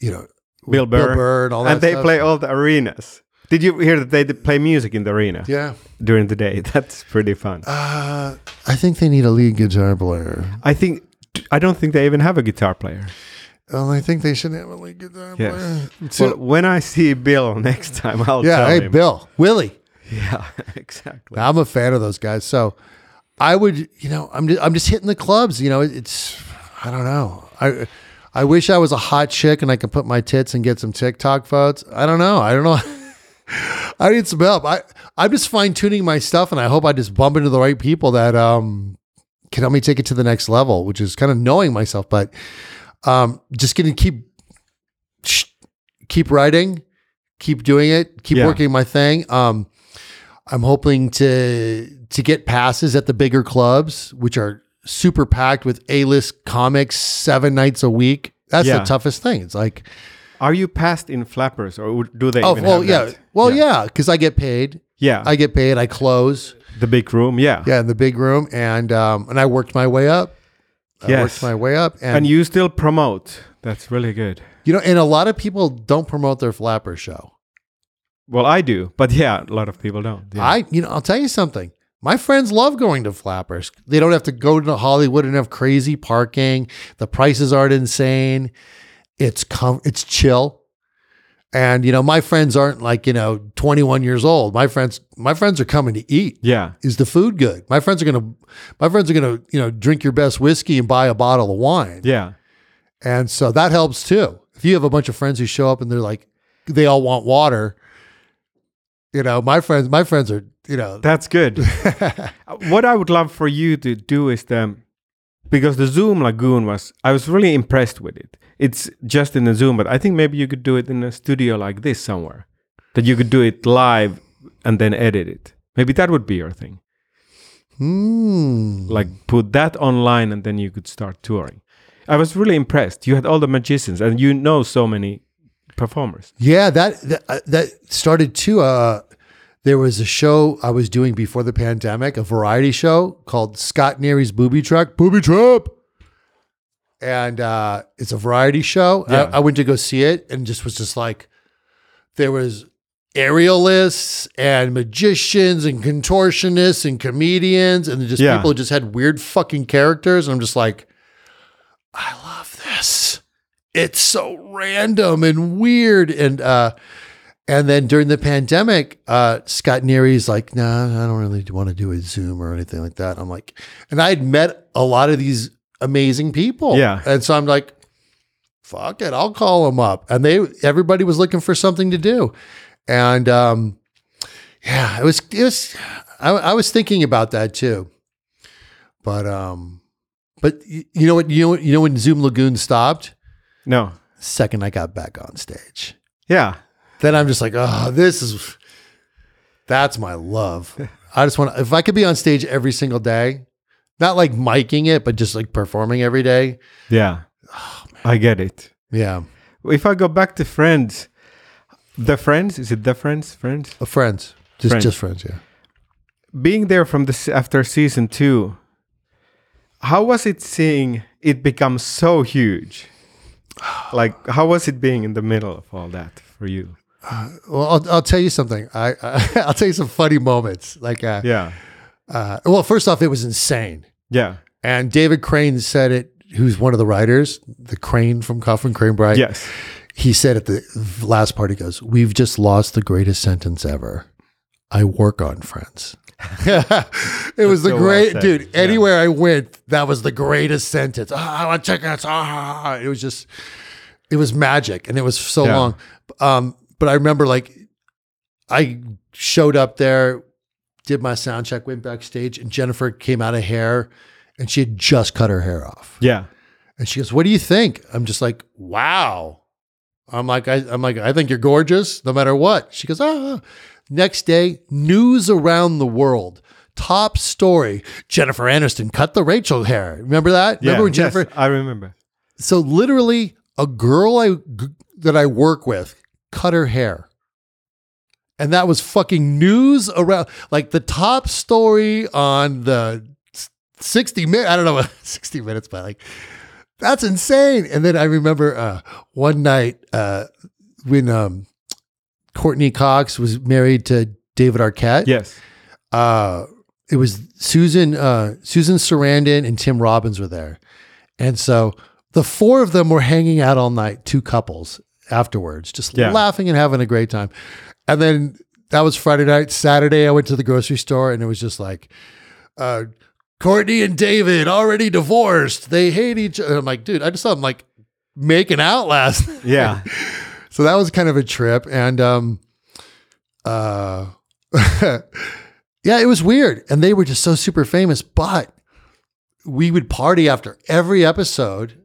[SPEAKER 2] you know,
[SPEAKER 1] Bill Burr.
[SPEAKER 2] Bill Burr and all that.
[SPEAKER 1] and they
[SPEAKER 2] stuff.
[SPEAKER 1] play all the arenas. Did you hear that they d- play music in the arena
[SPEAKER 2] Yeah.
[SPEAKER 1] during the day? That's pretty fun.
[SPEAKER 2] Uh, I think they need a lead guitar player.
[SPEAKER 1] I think I don't think they even have a guitar player.
[SPEAKER 2] Well, I think they should have a lead guitar
[SPEAKER 1] Yes.
[SPEAKER 2] player. uh, So-
[SPEAKER 1] Well, when I see Bill next time, I'll
[SPEAKER 2] yeah,
[SPEAKER 1] tell
[SPEAKER 2] hey
[SPEAKER 1] him.
[SPEAKER 2] Bill. Willie.
[SPEAKER 1] Yeah, exactly.
[SPEAKER 2] I'm a fan of those guys. So I would, you know, I'm just, I'm just hitting the clubs. You know, it's I don't know. I I wish I was a hot chick and I could put my tits and get some TikTok votes. I don't know. I don't know. I need some help. I I'm just fine tuning my stuff, and I hope I just bump into the right people that um can help me take it to the next level, which is kind of knowing myself, but um just gonna keep sh- keep writing, keep doing it, keep
[SPEAKER 1] Yeah.
[SPEAKER 2] working my thing. Um, I'm hoping to to get passes at the bigger clubs, which are super packed with A-list comics seven nights a week. That's
[SPEAKER 1] Yeah.
[SPEAKER 2] the toughest thing. It's like,
[SPEAKER 1] Are you past in flappers, or would- do they?
[SPEAKER 2] oh,
[SPEAKER 1] even
[SPEAKER 2] well,
[SPEAKER 1] have
[SPEAKER 2] yeah,
[SPEAKER 1] that?
[SPEAKER 2] well, yeah, because I get paid.
[SPEAKER 1] yeah,
[SPEAKER 2] I get paid. I close.
[SPEAKER 1] the big room. Yeah,
[SPEAKER 2] Yeah, in the big room, and um, and I worked my way up. I
[SPEAKER 1] Yes.
[SPEAKER 2] worked my way up, and,
[SPEAKER 1] and
[SPEAKER 2] you,
[SPEAKER 1] you still promote. That's really good.
[SPEAKER 2] know, and a lot of people don't promote their flapper show.
[SPEAKER 1] Well, I do, but yeah, a lot of people don't. Yeah.
[SPEAKER 2] I, you know, I'll tell you something. My friends love going to flappers. They don't have to go to Hollywood and have crazy parking. The prices aren't insane. It's com- it's chill. And you know, my friends aren't like, you know, 21 years old. My friends my friends are coming to eat.
[SPEAKER 1] yeah,
[SPEAKER 2] Is the food good? My friends are going to my friends are going to, you know, drink your best whiskey and buy a bottle of wine.
[SPEAKER 1] yeah.
[SPEAKER 2] And so that helps too. If you have a bunch of friends who show up and they're like, they all want water. You know, my friends, my friends are, you know,
[SPEAKER 1] That's good. what I would love for you to do is the because the Zoom Lagoon was I was really impressed with it. It's just in the Zoom, but I think maybe you could do it in a studio like this somewhere. That you could do it live and then edit it. Maybe that would be your thing.
[SPEAKER 2] Hmm.
[SPEAKER 1] Like put that online and then you could start touring. I was really impressed. You had all the magicians and you know so many performers.
[SPEAKER 2] Yeah, that that, uh, that started too. Uh, there was a show I was doing before the pandemic, a variety show called Scott Neary's Booby Trap, Booby Trap, and uh, it's a variety show.
[SPEAKER 1] Yeah.
[SPEAKER 2] I, I went to go see it and just was just like, there was aerialists and magicians and contortionists and comedians and just
[SPEAKER 1] Yeah.
[SPEAKER 2] people who just had weird fucking characters, and I'm just like, I love this it's so random and weird and uh and then during the pandemic uh scott neary's like nah i don't really want to do a zoom or anything like that i'm like and i had met a lot of these amazing people
[SPEAKER 1] Yeah.
[SPEAKER 2] and so i'm like fuck it i'll call them up and they everybody was looking for something to do and um yeah it was it was i, I was thinking about that too but um but y- you know what you know what- you know when zoom lagoon stopped
[SPEAKER 1] No.
[SPEAKER 2] second I got back on stage.
[SPEAKER 1] Yeah.
[SPEAKER 2] Then I'm just like, oh, this is that's my love. I just want to, if I could be on stage every single day, not like miking it, but just like performing every day.
[SPEAKER 1] Yeah. I get it.
[SPEAKER 2] Yeah.
[SPEAKER 1] Oh, If I go back to Friends, the Friends is it the Friends? Friends
[SPEAKER 2] Uh, friends. Just
[SPEAKER 1] Friends.
[SPEAKER 2] just friends, yeah.
[SPEAKER 1] being there from the se- after season two. How was it seeing it become so huge? Like, how was it being in the middle of all that for you?
[SPEAKER 2] Well, I'll, I'll tell you something. I, I I'll tell you some funny moments. Like, uh,
[SPEAKER 1] Yeah,
[SPEAKER 2] uh, well, first off, it was insane.
[SPEAKER 1] yeah,
[SPEAKER 2] And David Crane said it. Who's one of the writers? The Crane from Coughlin Crane Bright.
[SPEAKER 1] yes,
[SPEAKER 2] He said at the last part, he goes, "We've just lost the greatest sentence ever. I work on friends." it was the
[SPEAKER 1] so well
[SPEAKER 2] great
[SPEAKER 1] said.
[SPEAKER 2] dude.
[SPEAKER 1] Yeah.
[SPEAKER 2] Anywhere I went, that was the greatest sentence. Ah, I want tickets. Ah, it was just, it was magic, and it was so
[SPEAKER 1] Yeah.
[SPEAKER 2] long. Um, but I remember like, I showed up there, did my sound check, went backstage, and Jennifer came out of hair, and she had just cut her hair off.
[SPEAKER 1] yeah,
[SPEAKER 2] And she goes, "What do you think?" I'm just like, "Wow." I'm like, I, I'm like, I think you're gorgeous, no matter what. She goes, "Ah." Next day, news around the world, top story: Jennifer Aniston cut the Rachel hair. Remember that?
[SPEAKER 1] yeah.
[SPEAKER 2] Remember when
[SPEAKER 1] yes,
[SPEAKER 2] Jennifer?
[SPEAKER 1] I remember.
[SPEAKER 2] So literally, a girl I g- that I work with cut her hair, and that was fucking news around. Like the top story on the s- sixty minute. I don't know, sixty minutes, but like that's insane. And then I remember uh, one night uh, when um, Courtney Cox was married to David Arquette
[SPEAKER 1] Yes,
[SPEAKER 2] uh, it was Susan uh, Susan Sarandon and Tim Robbins were there, and so the four of them were hanging out all night, two couples afterwards, just
[SPEAKER 1] Yeah.
[SPEAKER 2] laughing and having a great time. And then that was Friday night. Saturday, I went to the grocery store, and it was just like. Uh, Courtney and David already divorced. They hate each other. I'm like, dude, I just saw them like making out last
[SPEAKER 1] yeah,
[SPEAKER 2] so that was kind of a trip and um uh yeah it was weird and they were just so super famous but we would party after every episode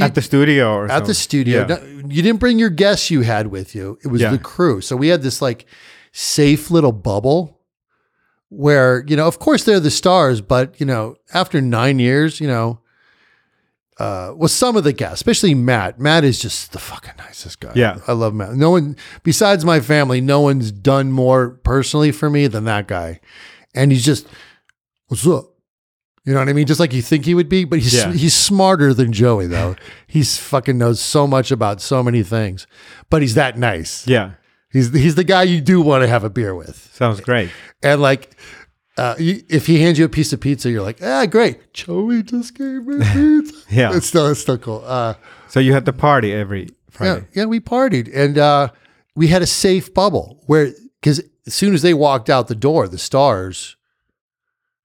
[SPEAKER 1] at the studio or
[SPEAKER 2] at the
[SPEAKER 1] something.
[SPEAKER 2] studio
[SPEAKER 1] Yeah.
[SPEAKER 2] No, you didn't bring your guests you had with you it was
[SPEAKER 1] Yeah.
[SPEAKER 2] the crew so we had this like safe little bubble where you know of course they're the stars but you know after nine years you know uh, well, some of the guests, especially Matt. Matt is just the fucking nicest guy.
[SPEAKER 1] Yeah.
[SPEAKER 2] I love Matt. No one besides my family, no one's done more personally for me than that guy. And he's just, what's up? You know what I mean? Just like you think he would be, but he's
[SPEAKER 1] Yeah.
[SPEAKER 2] he's smarter than Joey though. he's fucking knows so much about so many things, but he's that nice.
[SPEAKER 1] yeah,
[SPEAKER 2] He's he's the guy you do want to have a beer with.
[SPEAKER 1] sounds great.
[SPEAKER 2] And like, uh, you, if he hands you a piece of pizza, you're like, ah, great. Joey just gave me pizza.
[SPEAKER 1] Yeah,
[SPEAKER 2] It's still it's still cool. Uh,
[SPEAKER 1] so you had the party every
[SPEAKER 2] yeah,
[SPEAKER 1] Friday.
[SPEAKER 2] yeah, we partied and uh, we had a safe bubble where because as soon as they walked out the door, the stars,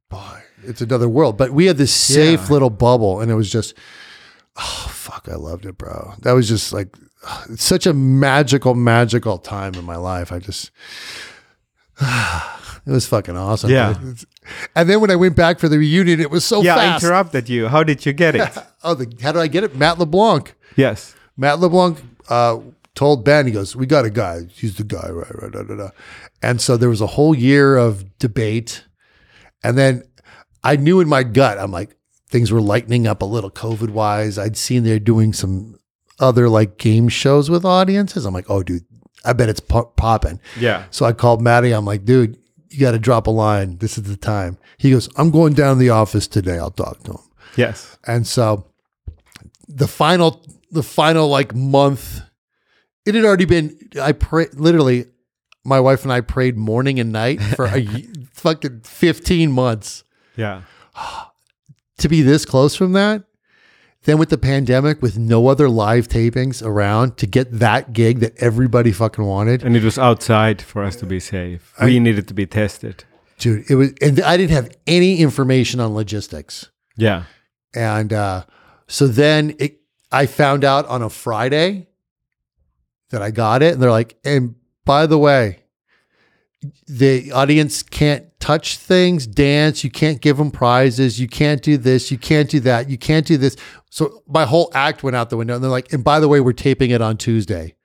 [SPEAKER 2] boy, it's another world. But we had this safe
[SPEAKER 1] Yeah.
[SPEAKER 2] little bubble, and it was just, oh fuck, I loved it, bro. That was just like it's such a magical, magical time in my life. I just. It was fucking awesome.
[SPEAKER 1] Yeah.
[SPEAKER 2] dude. And then when I went back for the reunion, it was so
[SPEAKER 1] Yeah, I
[SPEAKER 2] fast.
[SPEAKER 1] interrupted you. How did you get it?
[SPEAKER 2] oh, the, how did I get it? Matt LeBlanc.
[SPEAKER 1] yes.
[SPEAKER 2] Matt LeBlanc uh, told Ben, he goes, "We got a guy. He's the guy, right? Right? Da, da, da. And so there was a whole year of debate, and then I knew in my gut, I'm like, things were lightening up a little COVID wise. I'd seen they're doing some other like game shows with audiences. I'm like, oh, dude, I bet it's pop- popping.
[SPEAKER 1] Yeah.
[SPEAKER 2] So I called Maddie. I'm like, dude, you got to drop a line. This is the time. He goes, I'm going down to the office today. I'll talk to him.
[SPEAKER 1] Yes.
[SPEAKER 2] And so the final the final like month it had already been I pray literally my wife and I prayed morning and night for a y- fucking 15 months
[SPEAKER 1] Yeah.
[SPEAKER 2] to be this close from that. Then with the pandemic with no other live tapings around to get that gig that everybody fucking wanted.
[SPEAKER 1] And it was outside for us to be safe. we needed to be tested.
[SPEAKER 2] Dude, it was and I didn't have any information on logistics.
[SPEAKER 1] Yeah.
[SPEAKER 2] And uh, so then it, I found out on a Friday that I got it. And they're like, and by the way, the audience can't touch things, dance. You can't give them prizes. You can't do this. You can't do that. You can't do this. So my whole act went out the window. And they're like, and by the way, we're taping it on Tuesday.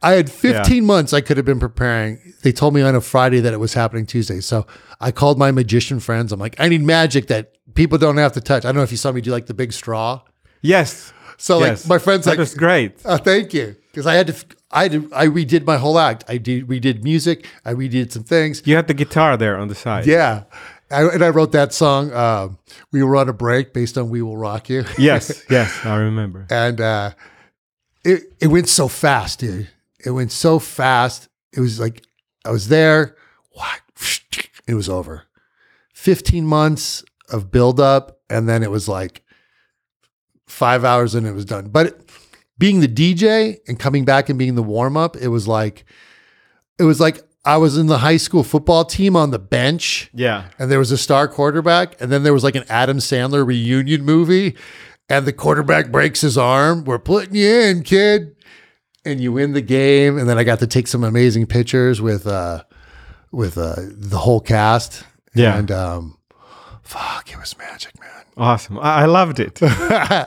[SPEAKER 2] I had 15 months I could have been preparing. They told me on a Friday that it was happening Tuesday. So I called my magician friends. I'm like, I need magic that people don't have to touch. I don't know if you saw me do like the big straw.
[SPEAKER 1] Yes.
[SPEAKER 2] So
[SPEAKER 1] yes.
[SPEAKER 2] like my friends
[SPEAKER 1] that
[SPEAKER 2] like
[SPEAKER 1] was great.
[SPEAKER 2] Oh, thank you. Because I had to, f- I had to, I redid my whole act. I did redid music. I redid some things.
[SPEAKER 1] You had the guitar there on the side.
[SPEAKER 2] Yeah, I, and I wrote that song. Uh, we were on a break based on "We Will Rock You,"
[SPEAKER 1] Yes, yes, I remember.
[SPEAKER 2] and uh, it it went so fast, dude. It went so fast. It was like I was there. What? It was over. Fifteen months of buildup, and then it was like five hours, and it was done. But it, being the DJ and coming back and being the warm up, it was like it was like I was in the high school football team on the bench
[SPEAKER 1] Yeah,
[SPEAKER 2] and there was a star quarterback, and then there was like an Adam Sandler reunion movie, and the quarterback breaks his arm. We're putting you in, kid, and you win the game. And then I got to take some amazing pictures with uh with uh the whole cast.
[SPEAKER 1] Yeah.
[SPEAKER 2] and um, fuck, it was magic, man.
[SPEAKER 1] awesome. I, I loved it.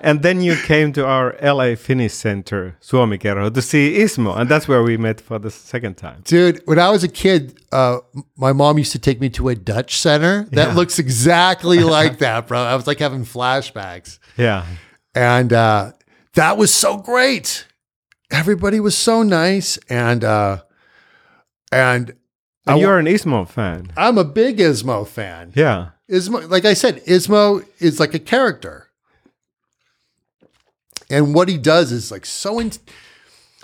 [SPEAKER 1] and then you came to our LA Finnish center, Suomikero, to see Ismo, and that's where we met for the second time.
[SPEAKER 2] Dude, when I was a kid, uh, m- my mom used to take me to a Dutch center that looks exactly like that, bro. I was like having flashbacks.
[SPEAKER 1] Yeah,
[SPEAKER 2] and uh, that was so great. Everybody was so nice, and uh, and
[SPEAKER 1] and
[SPEAKER 2] I wa-
[SPEAKER 1] you're an Ismo fan.
[SPEAKER 2] I'm a big Ismo fan.
[SPEAKER 1] Yeah,
[SPEAKER 2] Ismo, like I said, Ismo is like a character, and what he does is like so. In-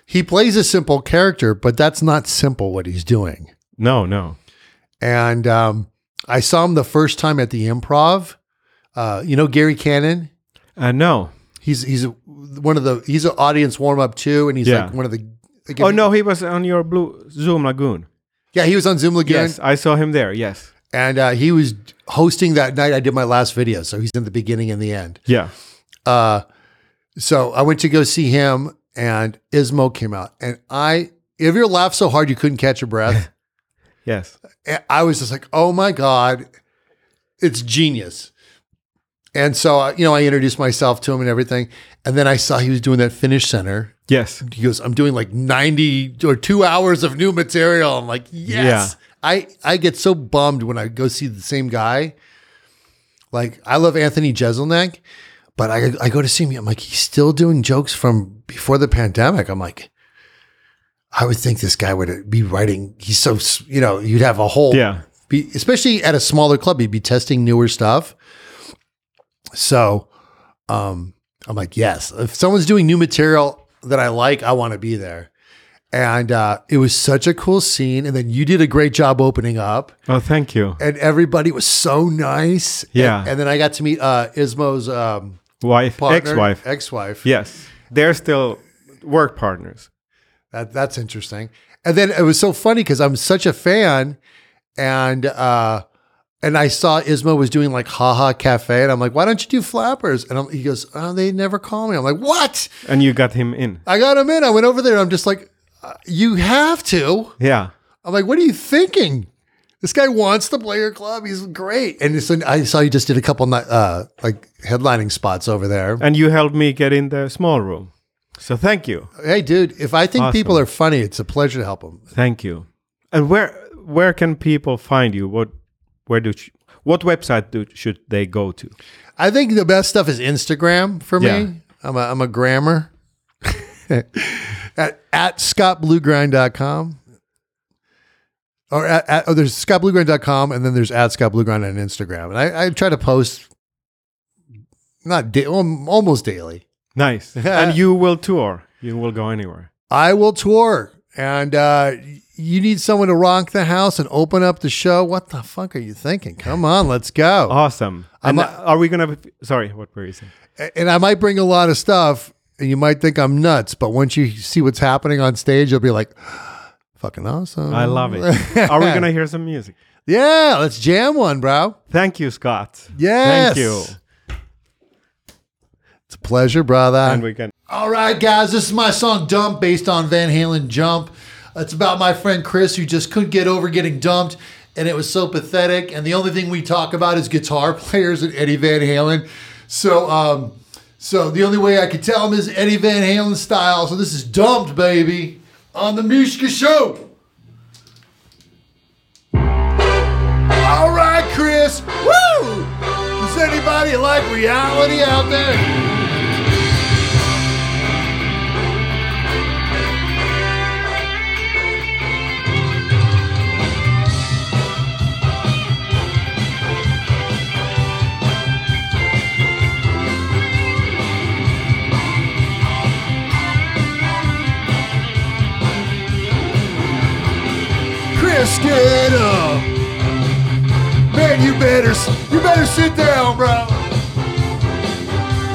[SPEAKER 2] he plays a simple character, but that's not simple what he's doing.
[SPEAKER 1] no, no.
[SPEAKER 2] And um, I saw him the first time at the Improv. Uh, you know Gary Cannon.
[SPEAKER 1] Uh, no.
[SPEAKER 2] He's he's a- one of the he's an audience warm up too, and he's
[SPEAKER 1] Yeah.
[SPEAKER 2] like one of the. like,
[SPEAKER 1] Oh no, he was on your blue Zoom Lagoon.
[SPEAKER 2] Yeah, he was on Zoom Lagoon,
[SPEAKER 1] Yes, I saw him there. Yes.
[SPEAKER 2] and uh, he was hosting that night. I did my last video, so he's in the beginning and the end.
[SPEAKER 1] Yeah.
[SPEAKER 2] Uh, so I went to go see him, and Ismo came out, and I if you laughed so hard you couldn't catch your breath,
[SPEAKER 1] Yes.
[SPEAKER 2] and I was just like, oh my god, it's genius. And so uh, you know, I introduced myself to him and everything, and then I saw he was doing that Finnish Center
[SPEAKER 1] Yes.
[SPEAKER 2] he goes, I'm doing like 90 or two hours of new material. I'm like, yes. I, I get so bummed when I go see the same guy. Like, I love Anthony Jeselnik, but I, I go to see him. I'm like, he's still doing jokes from before the pandemic. I'm like, I would think this guy would be writing. He's so, s- you know, you'd have a whole
[SPEAKER 1] Yeah.
[SPEAKER 2] be, especially at a smaller club, you'd be testing newer stuff. So, um, I'm like, yes, if someone's doing new material that I like, I want to be there. And uh, it was such a cool scene. And then you did a great job opening up,
[SPEAKER 1] Oh, thank you.
[SPEAKER 2] and everybody was so nice.
[SPEAKER 1] Yeah.
[SPEAKER 2] And, and then I got to meet uh, Ismo's um,
[SPEAKER 1] Wife,
[SPEAKER 2] partner,
[SPEAKER 1] ex-wife.
[SPEAKER 2] Ex-wife.
[SPEAKER 1] yes. They're still work partners.
[SPEAKER 2] That that's interesting. And then it was so funny because I'm such a fan, and uh, and I saw Ismo was doing like Haha Cafe, and I'm like, why don't you do Flappers? And I'm, he goes, oh, they never call me. I'm like, what?
[SPEAKER 1] And you got him in.
[SPEAKER 2] I got him in. I went over there. I'm just like, uh, you have to.
[SPEAKER 1] Yeah.
[SPEAKER 2] I'm like, what are you thinking? This guy wants to play your club. He's great. And so I saw you just did a couple ni- uh, like headlining spots over there.
[SPEAKER 1] And you helped me get in the small room. So thank you.
[SPEAKER 2] Hey, dude, if I think
[SPEAKER 1] Awesome.
[SPEAKER 2] people are funny, it's a pleasure to help them.
[SPEAKER 1] Thank you. And where where can people find you? What where do sh- what website do, should they go to?
[SPEAKER 2] I think the best stuff is Instagram for me.
[SPEAKER 1] Yeah.
[SPEAKER 2] I'm a, I'm a grammar at, at scottbluegrind.com or at, at oh, there's scottbluegrind.com and then there's at scottbluegrind on Instagram. And I, I try to post not da- al- almost daily.
[SPEAKER 1] Nice. and you will tour. You will go anywhere.
[SPEAKER 2] I will tour and uh, you need someone to rock the house and open up the show. What the fuck are you thinking? Come on, let's go.
[SPEAKER 1] Awesome.
[SPEAKER 2] I'm
[SPEAKER 1] And
[SPEAKER 2] a-
[SPEAKER 1] are we gonna? Be, sorry, what were you saying?
[SPEAKER 2] and I might bring a lot of stuff, and you might think I'm nuts, but once you see what's happening on stage, you'll be like, "Fucking awesome!"
[SPEAKER 1] I love it. Are we gonna hear some music?
[SPEAKER 2] Yeah, let's jam one, bro.
[SPEAKER 1] Thank you, Scott.
[SPEAKER 2] Yes.
[SPEAKER 1] Thank you.
[SPEAKER 2] It's a pleasure, brother.
[SPEAKER 1] And we can.
[SPEAKER 2] All right, guys, this is my song Dump based on Van Halen Jump. It's about my friend Chris who just couldn't get over getting dumped, and it was so pathetic. And the only thing we talk about is guitar players and Eddie Van Halen. So, um, so the only way I could tell him is Eddie Van Halen style. So this is Dumped, baby, on the Mishka Show. All right, Chris. Woo! Does anybody like reality out there? Let's get up. Man, you better you better sit down, bro.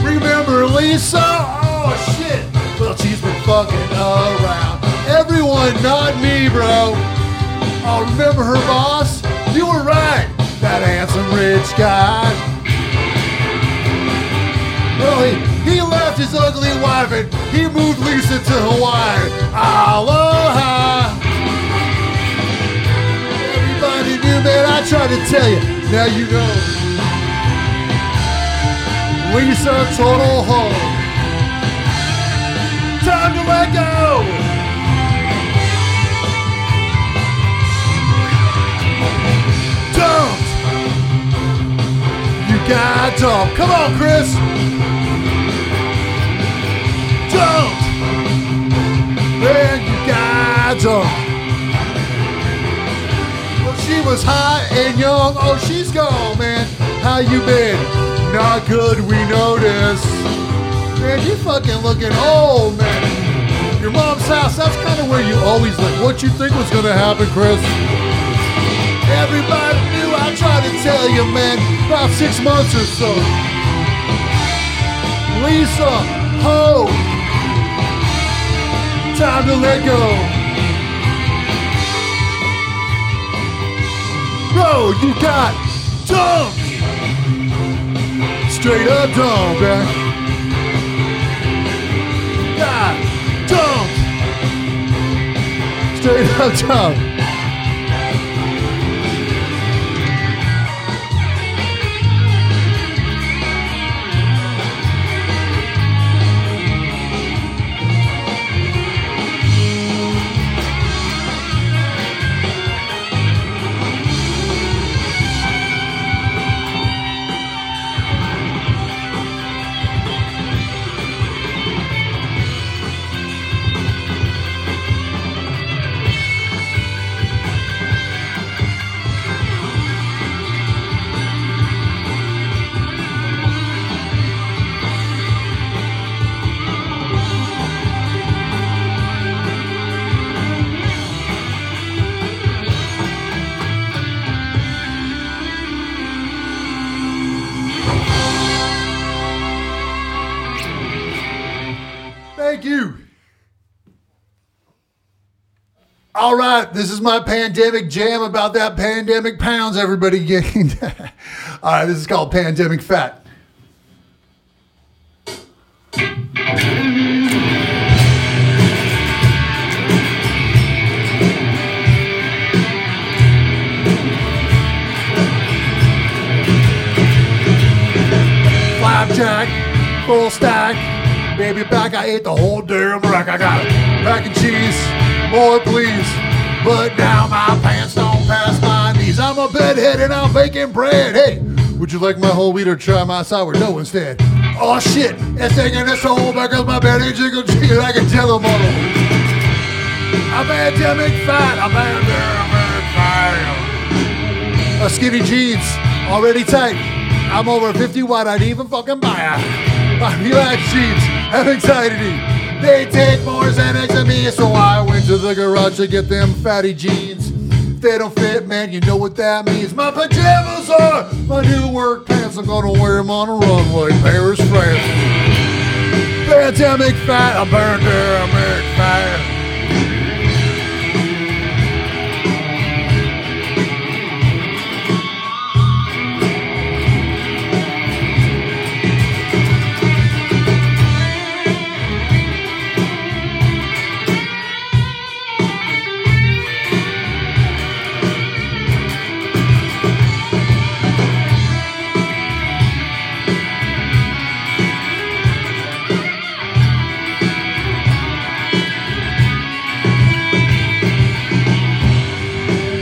[SPEAKER 2] Remember Lisa? Oh shit. Well, she's been fucking around. Everyone, not me, bro. Oh, remember her boss? You were right. That handsome rich guy. Well, he, he left his ugly wife and he moved Lisa to Hawaii. Aloha. Everybody knew, man. I tried to tell you. Now you know. Lisa total home. Time to let go. Dumped. You got dumped. Come on, Chris. Dumped. Man, you got dumped. Well, she was high and young. Oh, she's gone, man. How you been? Not good, we noticed. Man, you fucking looking old, man. Your mom's house, that's kind of where you always look. What you think was going to happen, Chris? Everybody knew I tried to tell you, man, about six months or so. Lisa, ho! Time to let go. Bro, you got dumped. Straight up dumped, man. Got dumped. Straight up dumped. Thank you. All right, this is my pandemic jam about that pandemic pounds everybody gained. All right, this is called pandemic fat. Flapjack, full stack, baby back. I ate the whole damn rack. I got it. Mac and cheese, more please. But now my pants don't pass my knees. I'm a bedhead and I'm baking bread. Hey, would you like my whole wheat or try my sourdough instead? Oh shit, it's taking this whole back of my belly jiggle jiggle like a telemodel. I'm pandemic fat, I'm pandemic fat a skinny jeans, already tight. I'm over 50 wide, I'd even fucking buy a I relax jeans, have anxiety. They take more Xanax than me, so I went to the garage to get them fatty jeans. If they don't fit, man, you know what that means. My pajamas are my new work pants. I'm gonna wear them on a runway, Paris, France. Pandemic fat, I'm pandemic fat.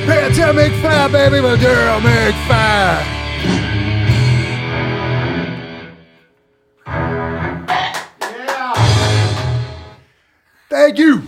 [SPEAKER 2] Pandemic fire, baby, pandemic fire. Thank you.